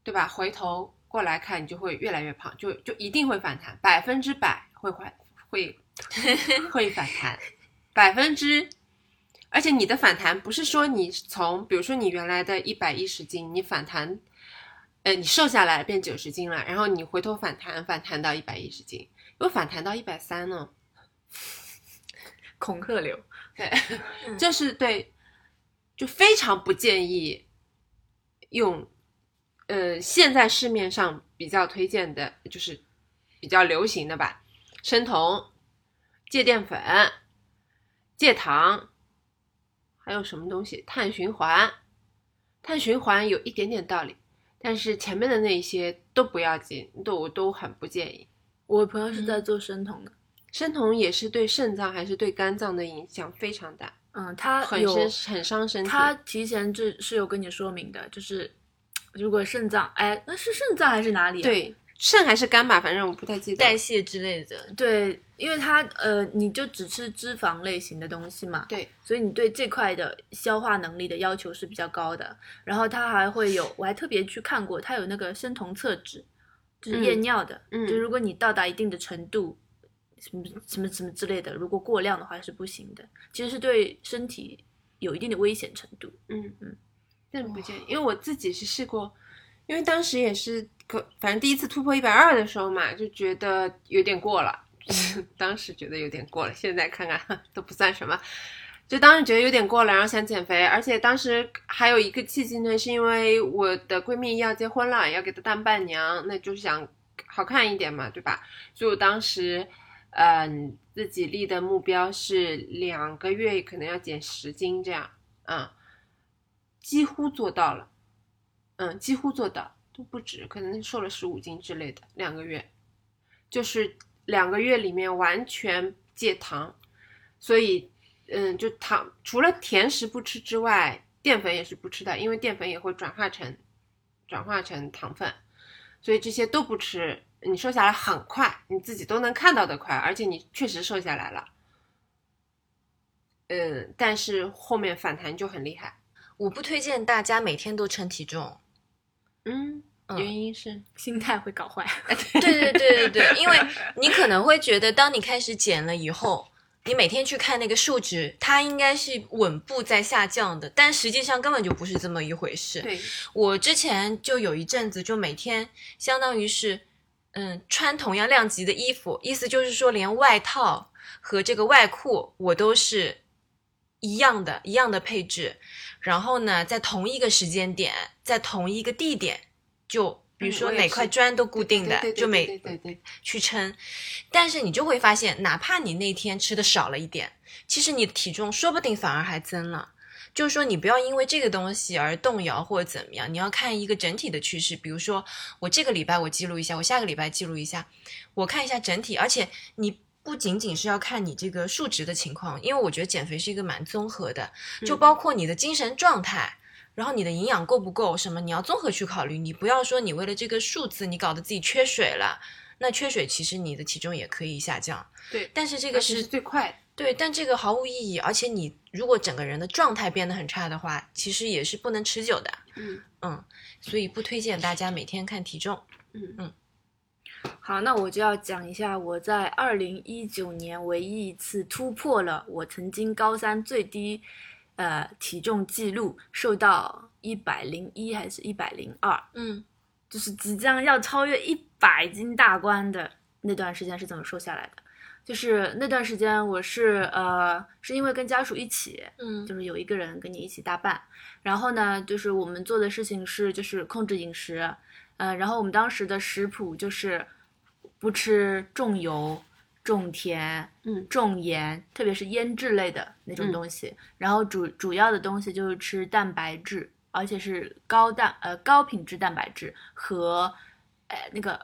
对吧？回头过来看，你就会越来越胖，就就一定会反弹，百分之百会反会会反弹，百分之。而且你的反弹不是说你从，比如说你原来的一百一十斤，你反弹，呃，你瘦下来变九十斤了，然后你回头反弹，反弹到一百一十斤，又反弹到一百三呢，恐吓流。对，嗯就是对，就非常不建议用，呃，现在市面上比较推荐的，就是比较流行的吧，生酮、戒淀粉、戒糖，还有什么东西？碳循环，碳循环有一点点道理，但是前面的那一些都不要紧，都我都很不建议。我朋友是在做生酮的，生酮也是对肾脏还是对肝脏的影响非常大。嗯，他很有深很伤身体他提前这是有跟你说明的，就是如果肾脏，哎，那是肾脏还是哪里、啊？对，肾还是肝吧，反正我不太记得。代谢之类的，对，因为它呃，你就只吃脂肪类型的东西嘛，对，所以你对这块的消化能力的要求是比较高的。然后它还会有，我还特别去看过，它有那个生酮测纸，就是验嗯尿的。嗯就如果你到达一定的程度，什么什么什么之类的，如果过量的话是不行的，其实是对身体有一定的危险程度。嗯嗯，但不建议，因为我自己是试过，因为当时也是可，反正第一次突破一百二的时候嘛，就觉得有点过了， *laughs* 当时觉得有点过了，现在看看都不算什么。就当时觉得有点过了，然后想减肥，而且当时还有一个契机呢，是因为我的闺蜜要结婚了，要给她当伴娘，那就是想好看一点嘛，对吧？所以我当时，嗯、自己立的目标是两个月可能要减十斤这样，啊、几乎做到了，嗯，几乎做到，都不止，可能瘦了十五斤之类的，两个月，就是两个月里面完全戒糖，所以，嗯，就糖除了甜食不吃之外，淀粉也是不吃的，因为淀粉也会转化成转化成糖分，所以这些都不吃，你瘦下来很快，你自己都能看到的快，而且你确实瘦下来了。嗯，但是后面反弹就很厉害。我不推荐大家每天都称体重。嗯，嗯原因是心态会 *laughs* 搞坏，对对对对对，因为你可能会觉得，当你开始减了以后，你每天去看那个数值，它应该是稳步在下降的，但实际上根本就不是这么一回事。对，我之前就有一阵子，就每天相当于是，嗯，穿同样量级的衣服，意思就是说，连外套和这个外裤我都是一样的，一样的配置。然后呢，在同一个时间点，在同一个地点，就比如嗯说我也哪块是砖都固定的对，就对对每对对去称。但是你就会发现，哪怕你那天吃的少了一点，其实你的体重说不定反而还增了。就是说，你不要因为这个东西而动摇或者怎么样，你要看一个整体的趋势。比如说，我这个礼拜我记录一下，我下个礼拜记录一下，我看一下整体。而且你不仅仅是要看你这个数值的情况，因为我觉得减肥是一个蛮综合的，就嗯包括你的精神状态，然后你的营养够不够，什么你要综合去考虑。你不要说你为了这个数字，你搞得自己缺水了，那缺水其实你的体重也可以下降。对，但是这这个是是最快的。对，但这个毫无意义。而且你如果整个人的状态变得很差的话，其实也是不能持久的。嗯嗯，所以不推荐大家每天看体重。嗯好，那我就要讲一下我在二零一九年唯一一次突破了我曾经高三最低呃体重记录，瘦到一百零一还是一百零二，嗯就是即将要超越一百斤大关的那段时间是怎么瘦下来的？就是那段时间我是呃是因为跟家属一起，嗯就是有一个人跟你一起搭伴。然后呢，就是我们做的事情是就是控制饮食，呃，然后我们当时的食谱就是不吃重油、重甜、嗯重盐，特别是腌制类的那种嗯东西。然后主主要的东西就是吃蛋白质，而且是高蛋呃高品质蛋白质和呃那个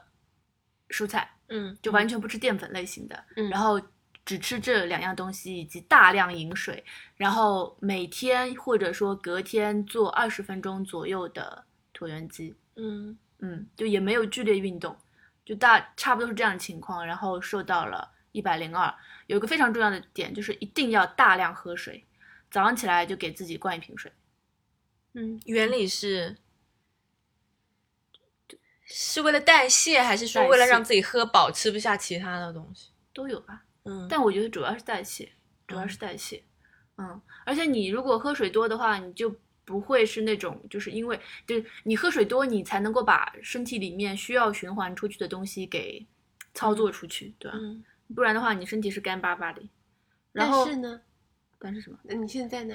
蔬菜，嗯，就完全不吃淀粉类型的。嗯然后只吃这两样东西，以及大量饮水，然后每天或者说隔天做二十分钟左右的椭圆机，嗯，嗯，就也没有剧烈运动，就大差不多是这样的情况，然后瘦到了一百零二。有一个非常重要的点就是一定要大量喝水，早上起来就给自己灌一瓶水。嗯，原理是是为了代谢，还是说代为了谢让自己喝饱，吃不下其他的东西？都有吧，嗯，但我觉得主要是代谢，主要是代谢。嗯，而且你如果喝水多的话，你就不会是那种，就是因为就是你喝水多，你才能够把身体里面需要循环出去的东西给操作出去，对吧？嗯，不然的话，你身体是干巴巴的。然但后是呢，但是什么？那你现在呢？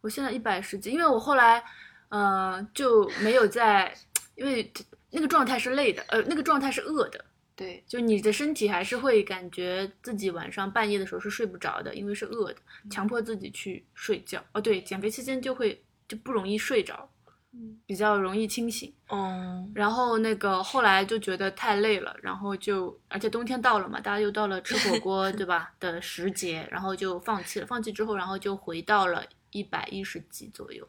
我现在一百十几，因为我后来，呃，就没有在，因为那个状态是累的，呃，那个状态是饿的，对，就你的身体还是会感觉自己晚上半夜的时候是睡不着的，因为是饿的，强迫自己去睡觉。哦，对，减肥期间就会就不容易睡着，嗯，比较容易清醒。哦，然后那个后来就觉得太累了，然后就而且冬天到了嘛，大家又到了吃火锅对吧的时节，然后就放弃了。放弃之后，然后就回到了一百一十几左右。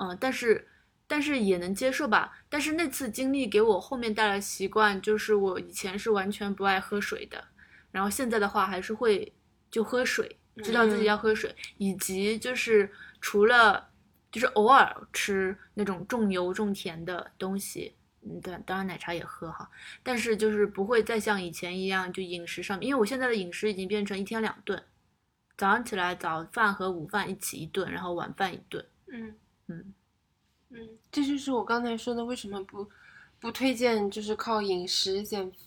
嗯，但是但是也能接受吧。但是那次经历给我后面带来的习惯，就是我以前是完全不爱喝水的，然后现在的话还是会就喝水，知道自己要喝水，以及就是除了就是偶尔吃那种重油重甜的东西。嗯，对，当然奶茶也喝哈，但是就是不会再像以前一样，就饮食上面，因为我现在的饮食已经变成一天两顿，早上起来早饭和午饭一起一顿，然后晚饭一顿，嗯嗯嗯，这就是我刚才说的，为什么不不推荐就是靠饮食减，就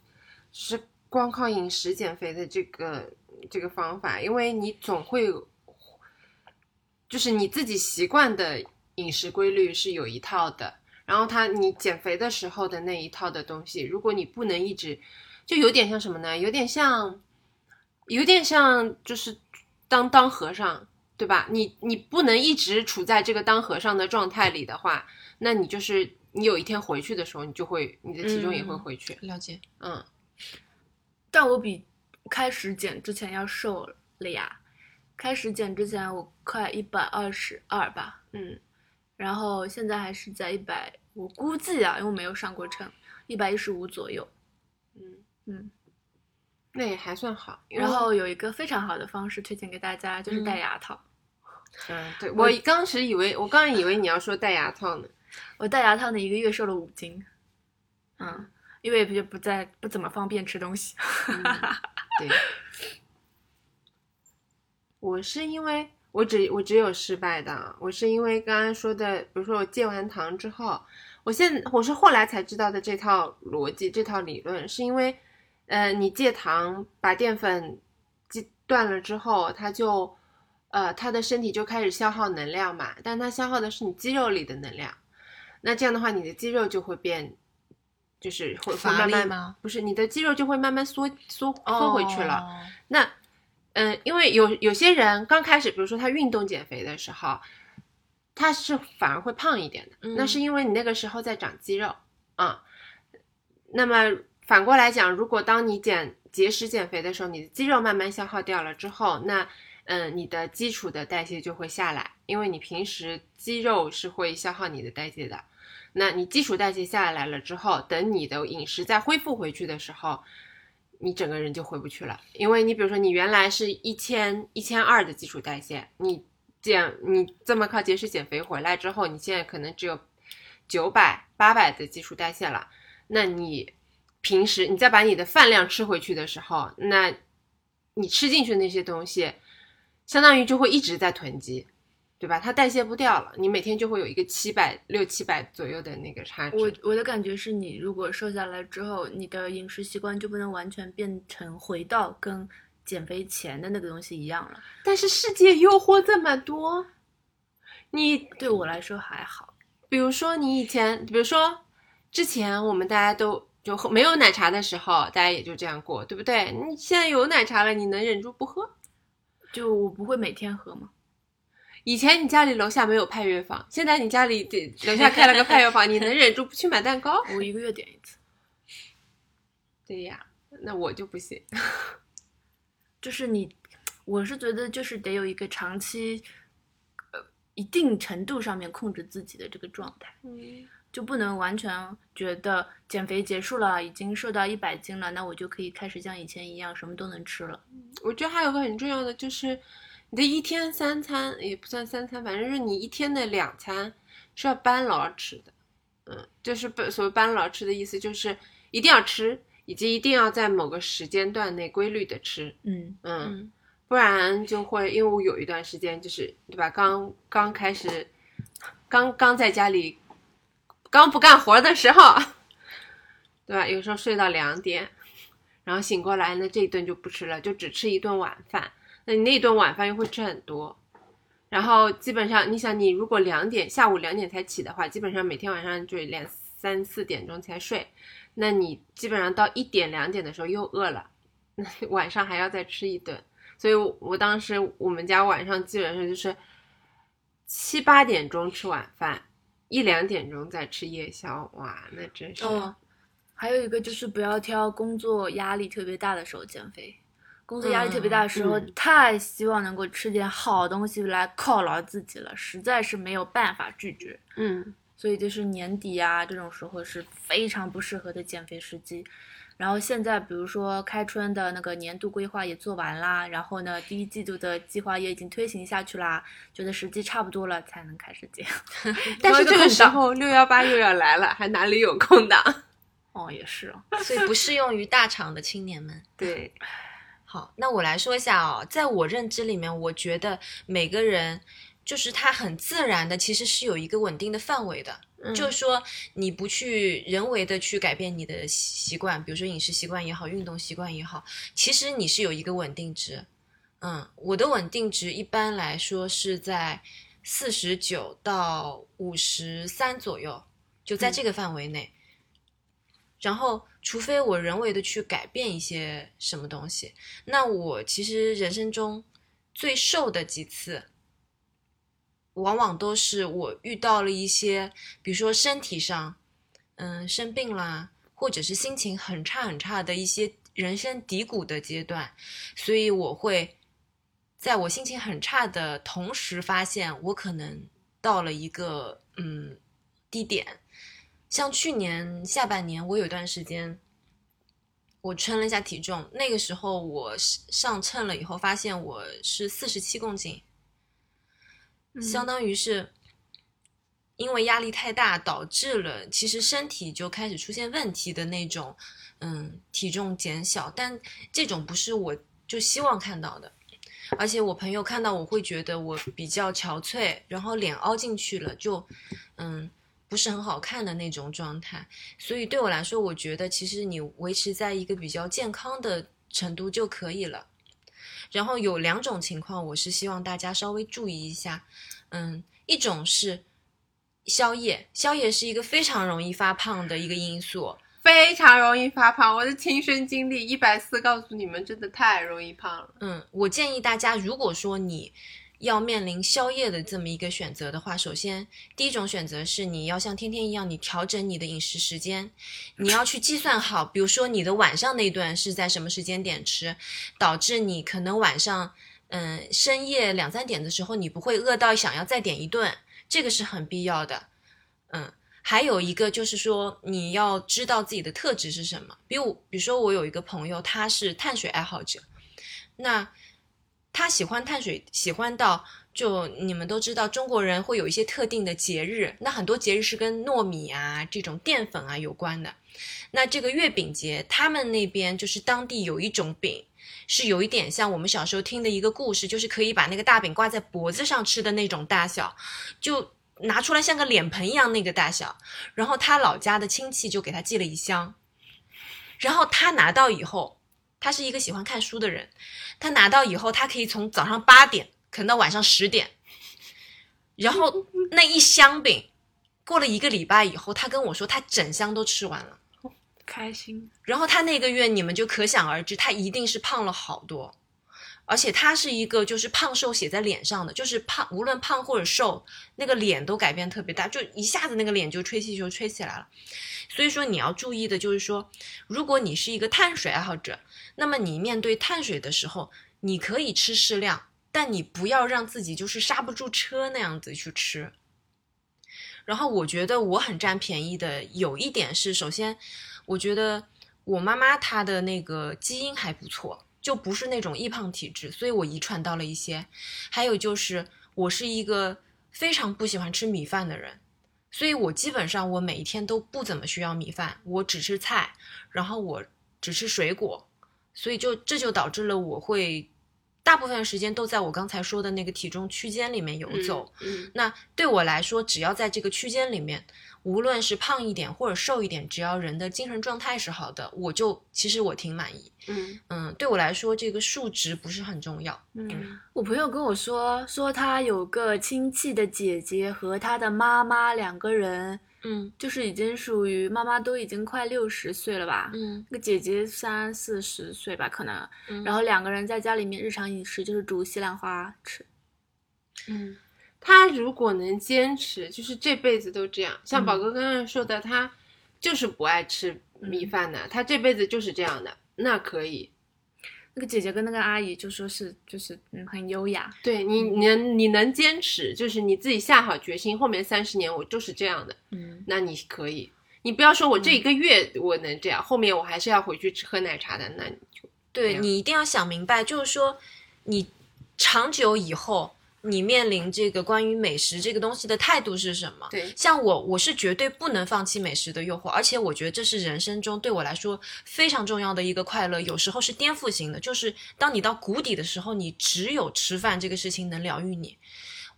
是光靠饮食减肥的这个这个方法，因为你总会有，就是你自己习惯的饮食规律是有一套的，然后它你减肥的时候的那一套的东西，如果你不能一直，就有点像什么呢？有点像，有点像就是当当和尚。对吧？你你不能一直处在这个当和尚的状态里的话，那你就是你有一天回去的时候，你就会你的体重也会嗯回去。了解，嗯但我比开始减之前要瘦了呀。开始减之前我快一百二十二吧，嗯然后现在还是在一百，我估计啊，因为我没有上过秤，一百一十五左右。嗯，嗯，那也还算好。因为然后有一个非常好的方式推荐给大家，就是戴牙套。嗯，对我当时以为我刚以为你要说戴牙套呢。我戴牙套那一个月瘦了五斤。嗯，因为就不在不怎么方便吃东西。嗯对，我是因为我只我只有失败的啊，我是因为刚刚说的，比如说我戒完糖之后，我现我是后来才知道的这套逻辑这套理论，是因为，呃，你戒糖把淀粉戒断了之后，它就，呃，它的身体就开始消耗能量嘛，但它消耗的是你肌肉里的能量，那这样的话，你的肌肉就会变。就是会会乏慢力慢吗不是你的肌肉就会慢慢缩缩缩回去了，哦，那，嗯，因为有有些人刚开始，比如说他运动减肥的时候，他是反而会胖一点的，嗯那是因为你那个时候在长肌肉啊、那么反过来讲，如果当你减节食减肥的时候，你的肌肉慢慢消耗掉了之后，那嗯，你的基础的代谢就会下来，因为你平时肌肉是会消耗你的代谢的。那你基础代谢下来了之后，等你的饮食再恢复回去的时候，你整个人就回不去了。因为你比如说你原来是一千一千二的基础代谢，你减你这么靠节食减肥回来之后，你现在可能只有九百八百的基础代谢了。那你平时你再把你的饭量吃回去的时候，那你吃进去那些东西，相当于就会一直在囤积。对吧？它代谢不掉了，你每天就会有一个七百六七百左右的那个差值。 *laughs* 我我的感觉是你如果瘦下来之后，你的饮食习惯就不能完全变成回到跟减肥前的那个东西一样了。但是世界诱惑这么多，你对我来说还好，比如说你以前，比如说之前我们大家都就喝没有奶茶的时候，大家也就这样过，对不对？你现在有奶茶了，你能忍住不喝？就我不会每天喝嘛。以前你家里楼下没有派月坊，现在你家里得楼下开了个派月坊，你能忍住不去买蛋糕？ *laughs* 我一个月点一次。对呀，那我就不行。就是你，我是觉得就是得有一个长期，呃，一定程度上面控制自己的这个状态，嗯就不能完全觉得减肥结束了，已经瘦到一百斤了，那我就可以开始像以前一样什么都能吃了。我觉得还有个很重要的就是，你的一天三餐也不算三餐，反正是你一天的两餐是要班劳吃的。嗯，就是不所谓班劳吃的意思，就是一定要吃，以及一定要在某个时间段内规律的吃。嗯嗯，嗯不然就会因为我有一段时间就是对吧，刚刚开始，刚刚在家里，刚不干活的时候，对吧？有时候睡到两点，然后醒过来呢，这一顿就不吃了，就只吃一顿晚饭。那你那一顿晚饭又会吃很多，然后基本上你想，你如果两点下午两点才起的话，基本上每天晚上就两三四点钟才睡，那你基本上到一点两点的时候又饿了，那晚上还要再吃一顿。所以我我当时我们家晚上基本上就是七八点钟吃晚饭，一两点钟再吃夜宵，哇，那真是、哦，还有一个就是不要挑工作压力特别大的时候减肥。工作压力特别大的时候，嗯嗯太希望能够吃点好东西来犒劳自己了，实在是没有办法拒绝。嗯，所以就是年底啊，这种时候是非常不适合的减肥时机。然后现在，比如说开春的那个年度规划也做完啦，然后呢，第一季度的计划也已经推行下去啦，觉得时机差不多了才能开始减。 *laughs* 但是多一这个空时档候六幺八又要来了，还哪里有空档？哦，也是哦，所以不适用于大厂的青年们。 *laughs* 对，好，那我来说一下哦，在我认知里面，我觉得每个人就是他很自然的，其实是有一个稳定的范围的。嗯就是说，你不去人为的去改变你的习惯，比如说饮食习惯也好，运动习惯也好，其实你是有一个稳定值。嗯，我的稳定值一般来说是在四十九到五十三左右，就在这个范围内。然后，除非我人为的去改变一些什么东西，那我其实人生中最瘦的几次，往往都是我遇到了一些，比如说身体上，嗯，生病啦，或者是心情很差很差的一些人生低谷的阶段，所以我会在我心情很差的同时，发现我可能到了一个嗯低点。像去年下半年，我有一段时间我称了一下体重，那个时候我是上称了以后，发现我是四十七公斤，嗯相当于是因为压力太大，导致了其实身体就开始出现问题的那种，嗯，体重减小，但这种不是我就希望看到的。而且我朋友看到我会觉得我比较憔悴，然后脸凹进去了，就嗯不是很好看的那种状态。所以对我来说，我觉得其实你维持在一个比较健康的程度就可以了。然后有两种情况，我是希望大家稍微注意一下，嗯，一种是宵夜，宵夜是一个非常容易发胖的一个因素，非常容易发胖。我的亲身经历，一百四告诉你们，真的太容易胖了。嗯，我建议大家，如果说你要面临宵夜的这么一个选择的话，首先第一种选择是你要像天天一样，你调整你的饮食时间，你要去计算好，比如说你的晚上那一顿是在什么时间点吃，导致你可能晚上，嗯，深夜两三点的时候，你不会饿到想要再点一顿，这个是很必要的，嗯。还有一个就是说，你要知道自己的特质是什么。比如，比如说我有一个朋友，他是碳水爱好者，那他喜欢碳水，喜欢到就你们都知道，中国人会有一些特定的节日，那很多节日是跟糯米啊这种淀粉啊有关的。那这个月饼节，他们那边就是当地有一种饼。是有一点像我们小时候听的一个故事，就是可以把那个大饼挂在脖子上吃的那种大小，就拿出来像个脸盆一样那个大小。然后他老家的亲戚就给他寄了一箱，然后他拿到以后，他是一个喜欢看书的人，他拿到以后，他可以从早上八点啃到晚上十点，然后那一箱饼，过了一个礼拜以后，他跟我说他整箱都吃完了。开心，然后他那个月你们就可想而知，他一定是胖了好多，而且他是一个就是胖瘦写在脸上的，就是胖无论胖或者瘦，那个脸都改变特别大，就一下子那个脸就吹气球吹起来了。所以说你要注意的就是说，如果你是一个碳水爱好者，那么你面对碳水的时候，你可以吃适量，但你不要让自己就是刹不住车那样子去吃。然后我觉得我很占便宜的有一点是，首先我觉得我妈妈她的那个基因还不错，就不是那种易胖体质，所以我遗传到了一些。还有就是我是一个非常不喜欢吃米饭的人，所以我基本上我每一天都不怎么需要米饭，我只吃菜，然后我只吃水果，所以就这就导致了我会。大部分时间都在我刚才说的那个体重区间里面游走，嗯那对我来说，只要在这个区间里面，无论是胖一点或者瘦一点，只要人的精神状态是好的，我就其实我挺满意。嗯嗯，对我来说，这个数值不是很重要。嗯，我朋友跟我说，说他有个亲戚的姐姐和他的妈妈两个人，嗯就是已经属于妈妈都已经快六十岁了吧，嗯那个姐姐三四十岁吧，可能，嗯然后两个人在家里面日常饮食就是煮西兰花吃，嗯，他如果能坚持，就是这辈子都这样。像宝哥刚刚说的，他就是不爱吃米饭的，他这辈子就是这样的，那可以。那个姐姐跟那个阿姨就说是就是嗯很优雅，对你，你能你能坚持，就是你自己下好决心，后面三十年我就是这样的，嗯，那你可以。你不要说我这一个月我能这样，后面我还是要回去吃喝奶茶的，那你就对啊没有你一定要想明白，就是说，你长久以后，你面临这个关于美食这个东西的态度是什么？对像我，我是绝对不能放弃美食的诱惑，而且我觉得这是人生中对我来说非常重要的一个快乐。有时候是颠覆型的，就是当你到谷底的时候，你只有吃饭这个事情能疗愈你。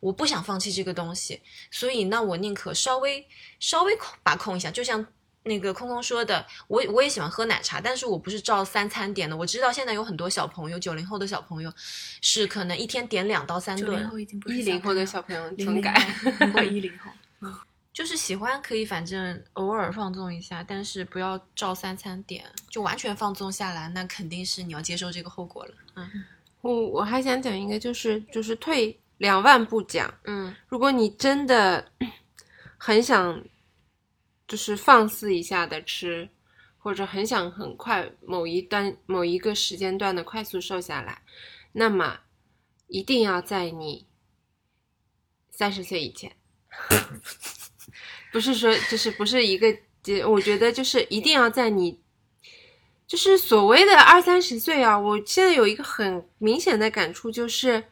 我不想放弃这个东西，所以那我宁可稍微稍微控把控一下，就像。那个空空说的，我也我也喜欢喝奶茶，但是我不是照三餐点的。我知道现在有很多小朋友，九零后的小朋友，是可能一天点两到三九零顿，后已经不是一零后的小朋友怎么改？零后 *laughs* 一零后，就是喜欢可以，反正偶尔放纵一下，但是不要照三餐点，就完全放纵下来，那肯定是你要接受这个后果了。嗯 *laughs* 我我还想讲一个，就是就是退两万步讲，嗯如果你真的 *clears throat* 很想，就是放肆一下的吃，或者很想很快某一段某一个时间段的快速瘦下来，那么一定要在你三十岁以前，不是说就是不是一个节，我觉得就是一定要在你。就是所谓的二三十岁啊，我现在有一个很明显的感触，就是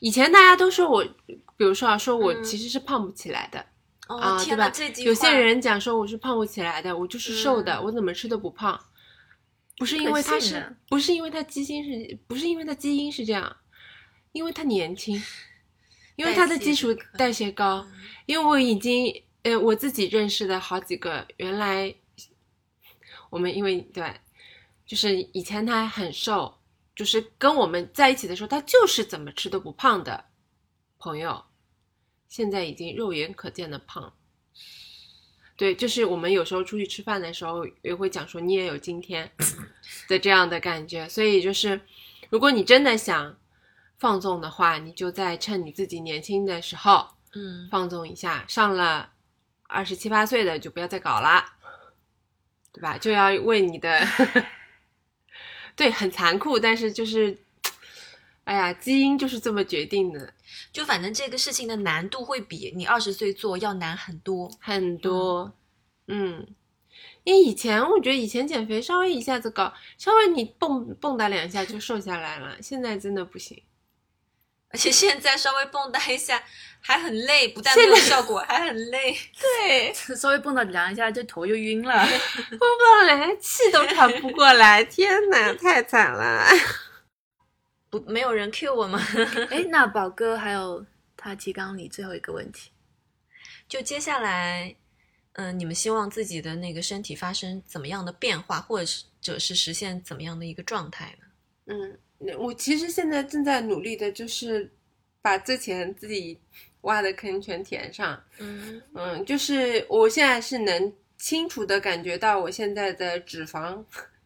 以前大家都说我，比如说啊，说我嗯其实是胖不起来的、哦啊，对天哪，吧这？句话有些人讲说我是胖不起来的，我就是瘦的，嗯啊我怎么吃都不胖，不是因为他可信是的，不是因为他基因是，不是因为他基因是这样，因为他年轻，因为他的代谢基础这嗯个代谢高，因为我已经呃我自己认识的好几个，原来呃我们因为对，就是以前他很瘦，就是跟我们在一起的时候，他就是怎么吃都不胖的朋友，现在已经肉眼可见的胖了。对，就是我们有时候出去吃饭的时候，也会讲说你也有今天的这样的感觉。所以就是，如果你真的想放纵的话，你就在趁你自己年轻的时候嗯，放纵一下。上了二十七八岁的就不要再搞啦，对吧？就要为你的， *laughs* 对，很残酷，但是就是，哎呀，基因就是这么决定的，就反正这个事情的难度会比你二十岁做要难很多。很多，嗯，因为以前我觉得以前减肥稍微一下子搞，稍微你蹦蹦跶两下就瘦下来了，现在真的不行。而且现在稍微蹦跶一下还很累，不但没有效果，还很累。对，稍微蹦到两下就头又 *laughs* 晕了。蹦蹦来气都喘不过 *laughs* 来，天哪，太惨了。不，没有人 cue 我们。哎，那宝哥还有他提纲里最后一个问题， *laughs* 就接下来，嗯、你们希望自己的那个身体发生怎么样的变化，或者是者是实现怎么样的一个状态呢？ *laughs* 嗯，那我其实现在正在努力的就是把之前自己挖的坑全填上。嗯嗯，就是我现在是能清楚的感觉到我现在的脂肪，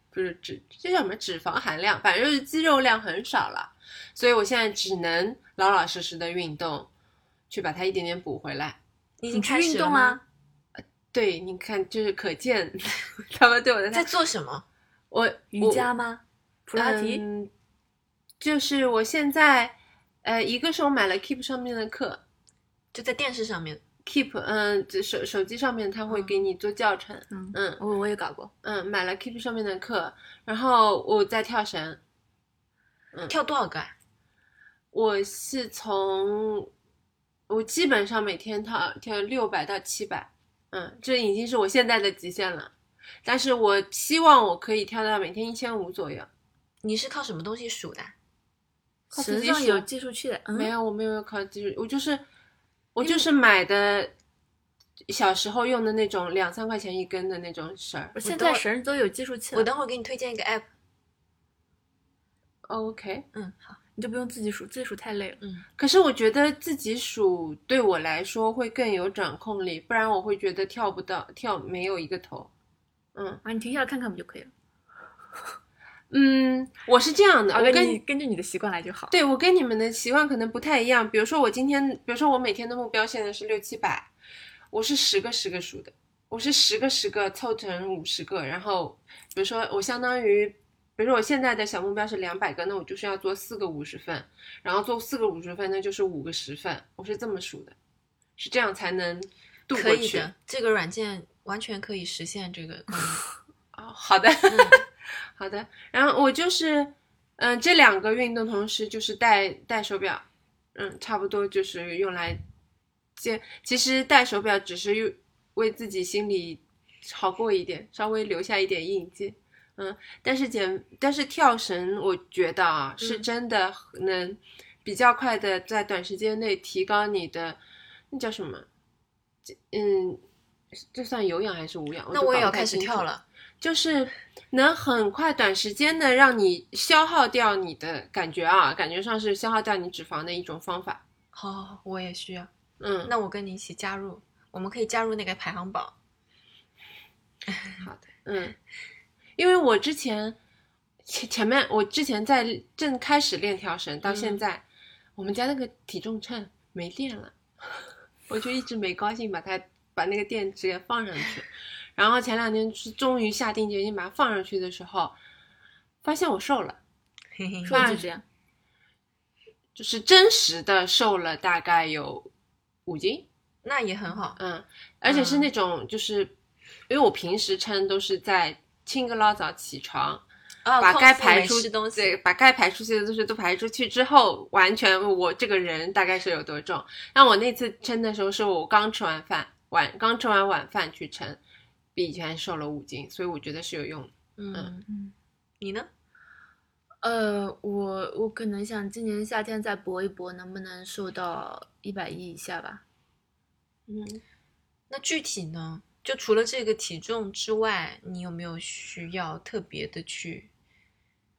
不是脂，这叫什么脂肪含量，反正就是肌肉量很少了，所以我现在只能老老实实的运动，去把它一点点补回来。你已已经开始运了动吗？啊？对，你看，就是可见 *laughs* 他们对我的态在度。做什么？我瑜伽吗？普拉提？嗯就是我现在，呃，一个是我买了 Keep 上面的课就在电视上面， ，Keep，嗯，这手手机上面它会给你做教程，嗯嗯我我也搞过，嗯，买了 Keep 上面的课，然后我在跳绳，跳多少个啊？我是从我基本上每天跳跳六百到七百，嗯，这已经是我现在的极限了，但是我希望我可以跳到每天一千五左右。你是靠什么东西数的？啊靠自绳己上数有计数器的，嗯没有，我没有考技术，我就是我就是买的小时候用的那种两三块钱一根的那种绳儿我。现等在会儿绳都有计数器我了，等会儿给你推荐一个 app， OK，嗯，好，你就不用自己数，自己数太累了。可是我觉得自己数对我来说会更有掌控力，不然我会觉得跳不到，跳没有一个头。嗯啊，你停下来看看不就可以了？嗯，我是这样的，啊，我根跟据根据你的习惯来就好。对我跟你们的习惯可能不太一样。比如说我今天，比如说我每天的目标现在是六七百，我是十个十个数的，我是十个十个凑成五十个，然后比如说我相当于，比如说我现在的小目标是两百个，那我就是要做四个五十份，然后做四个五十份，那就是五个十份，我是这么数的，是这样才能度可过以去。的，这个软件完全可以实现这个功 *laughs* 能。哦，好的，好的。然后我就是，嗯、这两个运动同时就是戴戴手表，嗯，差不多就是用来健。其实戴手表只是用为自己心里好过一点，稍微留下一点印记。嗯，但是减，但是跳绳，我觉得啊，是嗯真的能比较快的在短时间内提高你的那叫什么？这嗯，这算有氧还是无氧？那就我也搞要不开太始清楚跳了，就是能很快短时间的让你消耗掉你的感觉啊，感觉上是消耗掉你脂肪的一种方法。好好好，我也需要。嗯，那我跟你一起加入，我们可以加入那个排行榜。嗯，因为我之前前前面我之前在正开始练跳绳，到现在、我们家那个体重秤没电了， *laughs* 我就一直没高兴把它把那个电直接放上去，然后前两天是终于下定决心把它放上去的时候，发现我瘦了。嘿嘿，数据这样，就是真实的瘦了大概有五斤，那也很好。嗯，而且是那种就是，因为我平时称都是在清个老早起床，啊，把空该腹排没出吃东西，对，把该排出去的东西都排出去之后，完全我这个人大概是有多重。那我那次称的时候，是我刚吃完饭，晚刚吃完晚饭去称，比以前瘦了五斤，所以我觉得是有用的。嗯嗯，你呢？呃，我我可能想今年夏天再搏一搏，能不能瘦到一百一以下吧？嗯，那具体呢？就除了这个体重之外，你有没有需要特别的去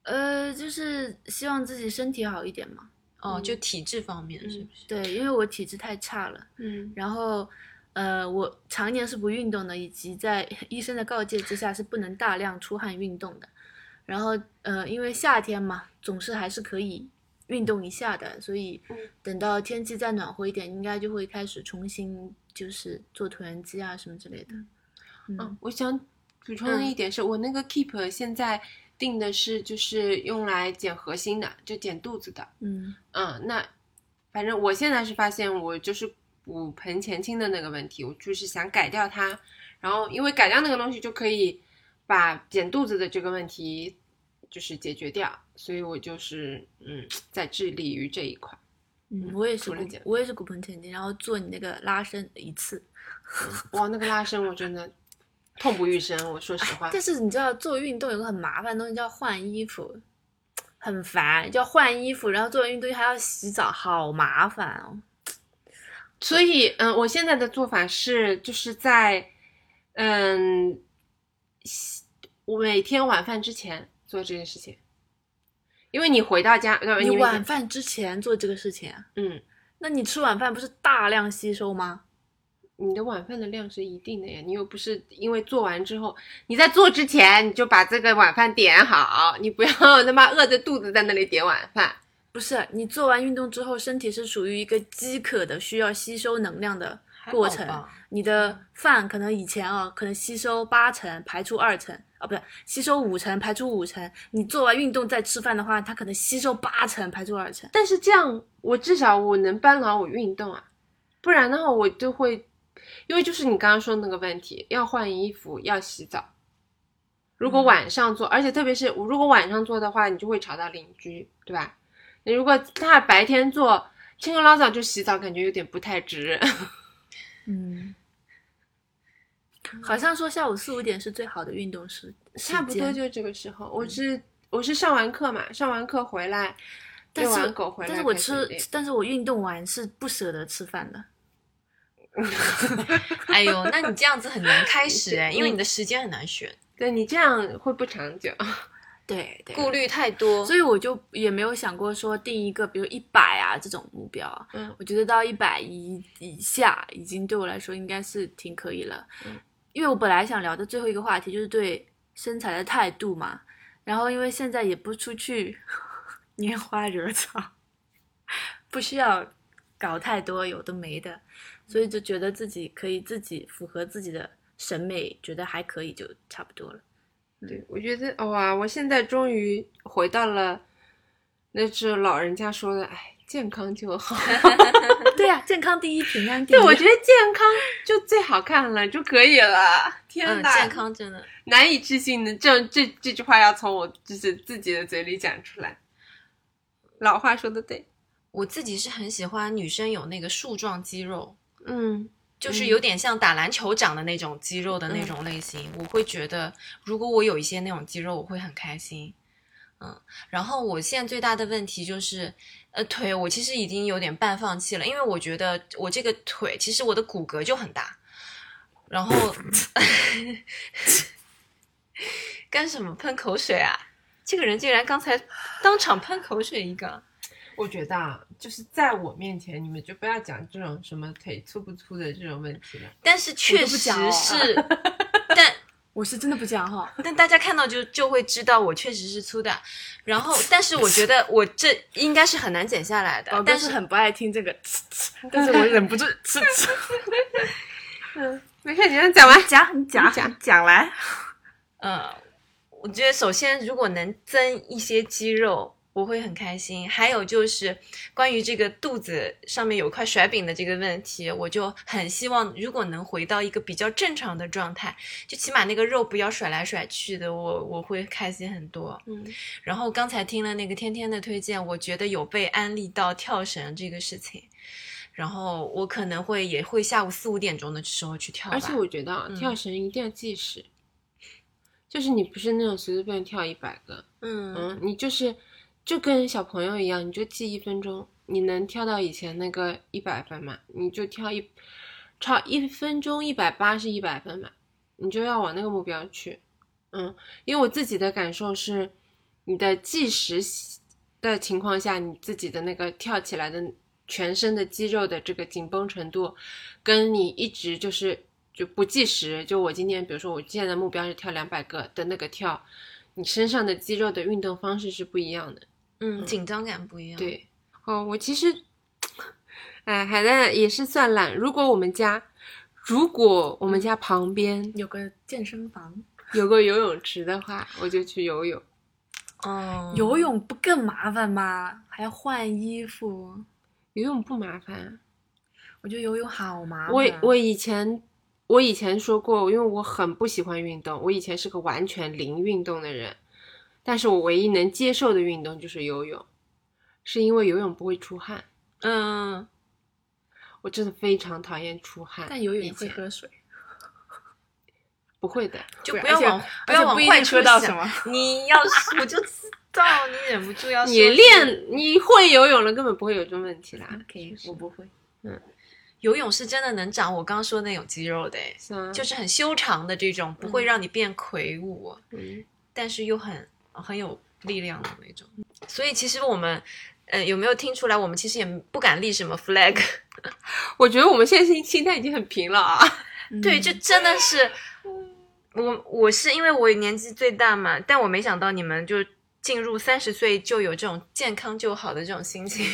呃，就是希望自己身体好一点嘛。哦？嗯就体质方面是不是？对，因为我体质太差了，嗯，然后呃，我常年是不运动的，以及在 *laughs* 医生的告诫之下是不能大量出汗运动的。然后呃，因为夏天嘛，总是还是可以运动一下的，所以嗯等到天气再暖和一点，应该就会开始重新就是做椭圆机啊什么之类的。嗯嗯，，我想补充的一点是，我那个 Keep 现在定的是就是用来减核心的，就减肚子的。嗯嗯，那反正我现在是发现我就是骨盆前倾的那个问题，我就是想改掉它，然后因为改掉那个东西就可以把减肚子的这个问题就是解决掉，所以我就是嗯在致力于这一块。嗯，我也是除了骨减我也是骨盆前倾，然后做你那个拉伸一次。哇，那个拉伸我真的痛不欲生，我说实话。但是你知道做运动有个很麻烦的东西叫换衣服，很烦，就要换衣服，然后做完运动还要洗澡，好麻烦哦。所以，嗯，我现在的做法是，就是在，嗯，洗我每天晚饭之前做这件事情，因为你回到家，对吧？你你晚，饭之前做这个事情啊，嗯，那你吃晚饭不是大量吸收吗？你的晚饭的量是一定的呀，你又不是因为做完之后，你在做之前你就把这个晚饭点好，你不要 *laughs* 他妈饿着肚子在那里点晚饭。不是，你做完运动之后，身体是属于一个饥渴的，需要吸收能量的过程还好吧。你的饭可能以前啊，可能吸收八成，排出二成啊，不是吸收五成，排出五成。你做完运动再吃饭的话，它可能吸收八成，排出二成。但是这样，我至少我能帮到我运动啊，不然的话我就会，因为就是你刚刚说的那个问题，要换衣服，要洗澡。如果晚上做，而且特别是我如果晚上做的话，你就会吵到邻居，对吧？你如果他白天做，清个老早就洗澡，感觉有点不太 *laughs* 值。嗯，好像说下午四五点是最好的运动时，时差不多间就这个时候，我是我是上完课嘛，上完课回来，但遛是完狗回来，但是我吃，但是我运动完是不舍得吃饭的。 *laughs* 哎呦，那你这样子很难开 *laughs* 始哎，嗯因为你的时间很难选，对你这样会不长久。对对顾虑太多。所以我就也没有想过说定一个，比如一百啊这种目标啊。嗯我觉得到一百一以下，已经对我来说应该是挺可以了。嗯因为我本来想聊的最后一个话题就是对身材的态度嘛，然后因为现在也不出去 *laughs* 拈花惹草， *laughs* 不需要搞太多有的没的，所以就觉得自己可以自己符合自己的审美，觉得还可以就差不多了。对，嗯我觉得哇，我现在终于回到了那是老人家说的，哎，健康就 *laughs* 好。 *laughs* 对啊，健康第一，平安第一。对，我觉得健康就最好看了就可以了。天嗯，哪，健康真的难以置信的，这这这句话要从我就是自己的嘴里讲出来。老话说的对，我自己是很喜欢女生有那个树状肌肉，嗯，就是嗯有点像打篮球长的那种肌肉的那种类型。我会觉得，如果我有一些那种肌肉，我会很开心。嗯，然后我现在最大的问题就是，呃，腿我其实已经有点半放弃了，因为我觉得我这个腿其实我的骨骼就很大，然后 *laughs* 干什么喷口水啊？这个人竟然刚才当场喷口水一个，我觉得啊，就是在我面前，你们就不要讲这种什么腿粗不粗的这种问题了。但是确不实讲哦是，但我是真的不讲 *laughs* 哈、但大家看到就就会知道我确实是粗的，然后但是我觉得我这应该是很难减下来的宝，哥但哦是是很不爱听这个， *laughs* 呲呲但是 *laughs* 我忍不住呲呲。 *laughs* 嗯，没事，你让讲完。讲你讲讲讲来，呃，我觉得首先如果能增一些肌肉，我会很开心。还有就是关于这个肚子上面有块甩饼的这个问题，我就很希望如果能回到一个比较正常的状态，就起码那个肉不要甩来甩去的，我我会开心很多。嗯，然后刚才听了那个天天的推荐，我觉得有被安利到跳绳这个事情，然后我可能会也会下午四五点钟的时候去跳吧。而且我觉得啊嗯跳绳一定要计时，就是你不是那种随随便便跳一百个，嗯嗯，你就是就跟小朋友一样，你就记一分钟，你能跳到以前那个一百分嘛？你就跳一超一分钟一百八是一百分嘛，你就要往那个目标去。嗯，因为我自己的感受是，你的计时的情况下，你自己的那个跳起来的全身的肌肉的这个紧绷程度，跟你一直就是就不计时，就我今天比如说我现在目标是跳两百个的那个跳，你身上的肌肉的运动方式是不一样的。嗯，紧张感不一样。，对，哦，我其实，哎，海带也是算懒。如果我们家，如果我们家旁边有个健身房，有个游泳池的话，我就去游泳。哦，游泳不更麻烦吗？还要换衣服，游泳不麻烦，我觉得游泳好麻烦。啊我我以前我以前说过，因为我很不喜欢运动，我以前是个完全零运动的人，但是我唯一能接受的运动就是游泳，是因为游泳不会出汗，嗯，我真的非常讨厌出汗。但游泳以也会前喝水，不会的，就不不然而要且往而要且往不一坏定处喝到想什么。你要是我就知道你忍不住要你说练你会游泳了，根本不会有这种问题啦，可以，我不会。游泳是真的能长我刚说那种肌肉的，哎是吗？就是很修长的这种，不会嗯让你变魁梧。嗯但是又很很有力量的那种。所以其实我们，呃，有没有听出来？我们其实也不敢立什么 flag，、我觉得我们现在心心态已经很平了啊。嗯对，就真的是我我是因为我年纪最大嘛，但我没想到你们就。进入三十岁就有这种健康就好的这种心 *laughs* 情。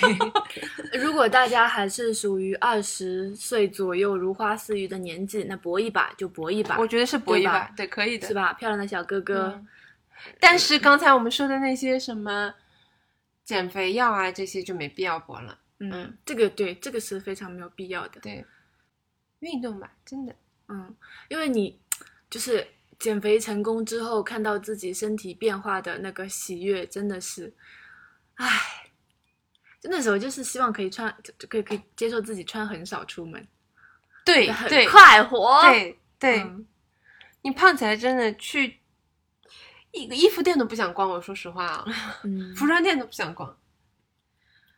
如果大家还是属于二十岁左右如花似玉的年纪，那搏一把就搏一把， *laughs* 我觉得是搏一把对吧，对，可以的是。吧？漂亮的小哥哥，嗯但是刚才我们说的那些什么减肥药啊，这些就没必要搏了。嗯，嗯这个对，这个是非常没有必要的。对，运动吧，真的。嗯，因为你就是减肥成功之后，看到自己身体变化的那个喜悦，真的是，唉，就那时候就是希望可以穿，就就可以可以接受自己穿很少出门，对很对快活，对对，嗯你胖起来真的去一个衣服店都不想逛。我说实话 *laughs* 啊，嗯，服装店都不想逛。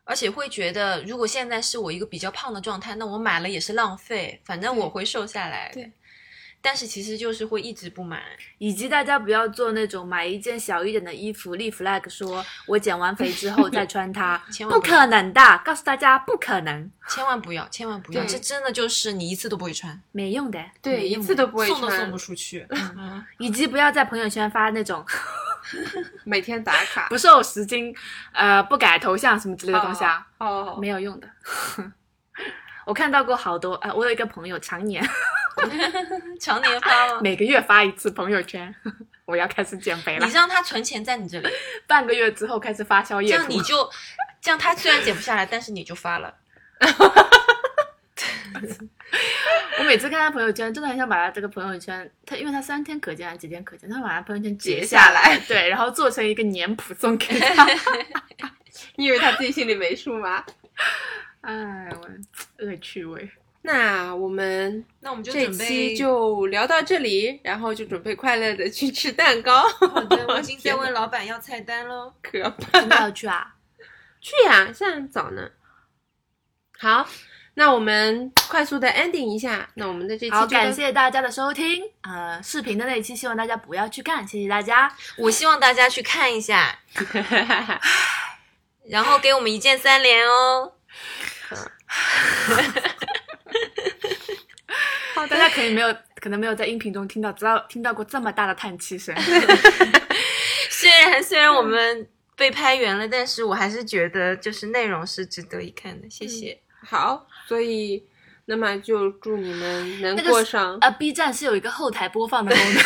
而且会觉得，如果现在是我一个比较胖的状态，那我买了也是浪费，反正我会瘦下来。对。但是其实就是会一直不买，，以及大家不要做那种买一件小一点的衣服立 flag，说我减完肥之后再穿 *laughs* 它千万不不要可能的，告诉大家不可能，千万不要，千万不要，对这真的就是你一次都不会穿，没用的。对，没一用次的都不会送都穿送不 *laughs* 出去。嗯以及不要在朋友圈发那种 *laughs* 每天打 *laughs* 卡不瘦十斤，呃，不改头像什么之类的东西啊，哦，没有用的。 *laughs* 我看到过好多，呃，我有一个朋友常年 *laughs* 常年发吗？每个月发一次朋友圈， *laughs* 我要开始减肥了你，让他存钱在你这里，半个月之后开始发宵这夜样图你，就，这样他虽然减不下来，但是你就发了。 *laughs* 我每次看他朋友圈，真的很想把他这个朋友圈，他因为他三天可见还是几天可见，他把他朋友圈截截下下来来，对，然后做成一个年谱送给他。你以为他自己心里没数吗？哎，我恶趣味。那我们那我们就这准备期就聊到这里，然后就准备快乐的去吃蛋糕。 *laughs* 好的，我已经在问老板要菜单喽。可怕，真的要去啊？去呀、现在早呢。好，那我们快速的 ending 一下，那我们的这期就好，到感谢大家的收听。呃，视频的那一期希望大家不要去看，谢谢大家。 *laughs* 我希望大家去看一下，然后给我们一键三连哦。好，大家可能没有，可能没有在音频中听到，知道听到过这么大的叹气声。虽然虽然我们被拍圆了，但是我还是觉得就是内容是值得一看的。谢谢。 *laughs* 好，所以那么就祝你们能那个过是上、呃，B 站是有一个后台播放的 *laughs* 功能，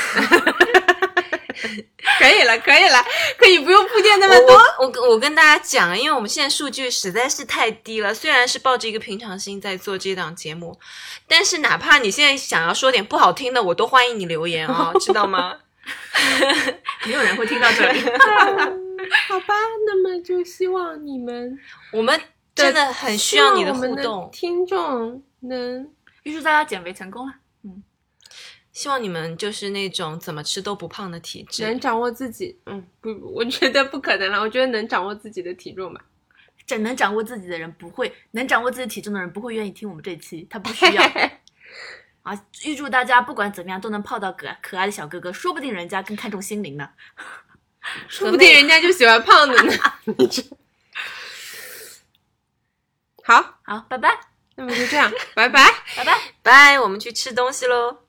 可以了，可以了，可以不用铺垫那么多。我我我我跟大家讲，啊因为我们现在数据实在是太低了。虽然是抱着一个平常心在做这档节目，但是哪怕你现在想要说点不好听的，我都欢迎你留言哦，知道吗？没有人会听到这里。哦 *laughs* 好吧，那么就希望你们我们真的很需要你的互希望我们动的，听众能预祝大家减肥成功了。希望你们就是那种怎么吃都不胖的体质。能掌握自己。嗯，不，我觉得不可能了。我觉得能掌握自己的体重 *laughs* 吧。这能掌握自己的人不会，能掌握自己体重的人不会愿意听我们这期，他不需 *laughs* 要。啊，预祝大家不管怎么样都能泡到可可爱的小哥哥，说不定人家更看重心灵呢。说不定人家就喜欢胖的呢。你这好，好，拜拜，那么就这样，拜拜。拜拜。拜，我们去吃东西喽。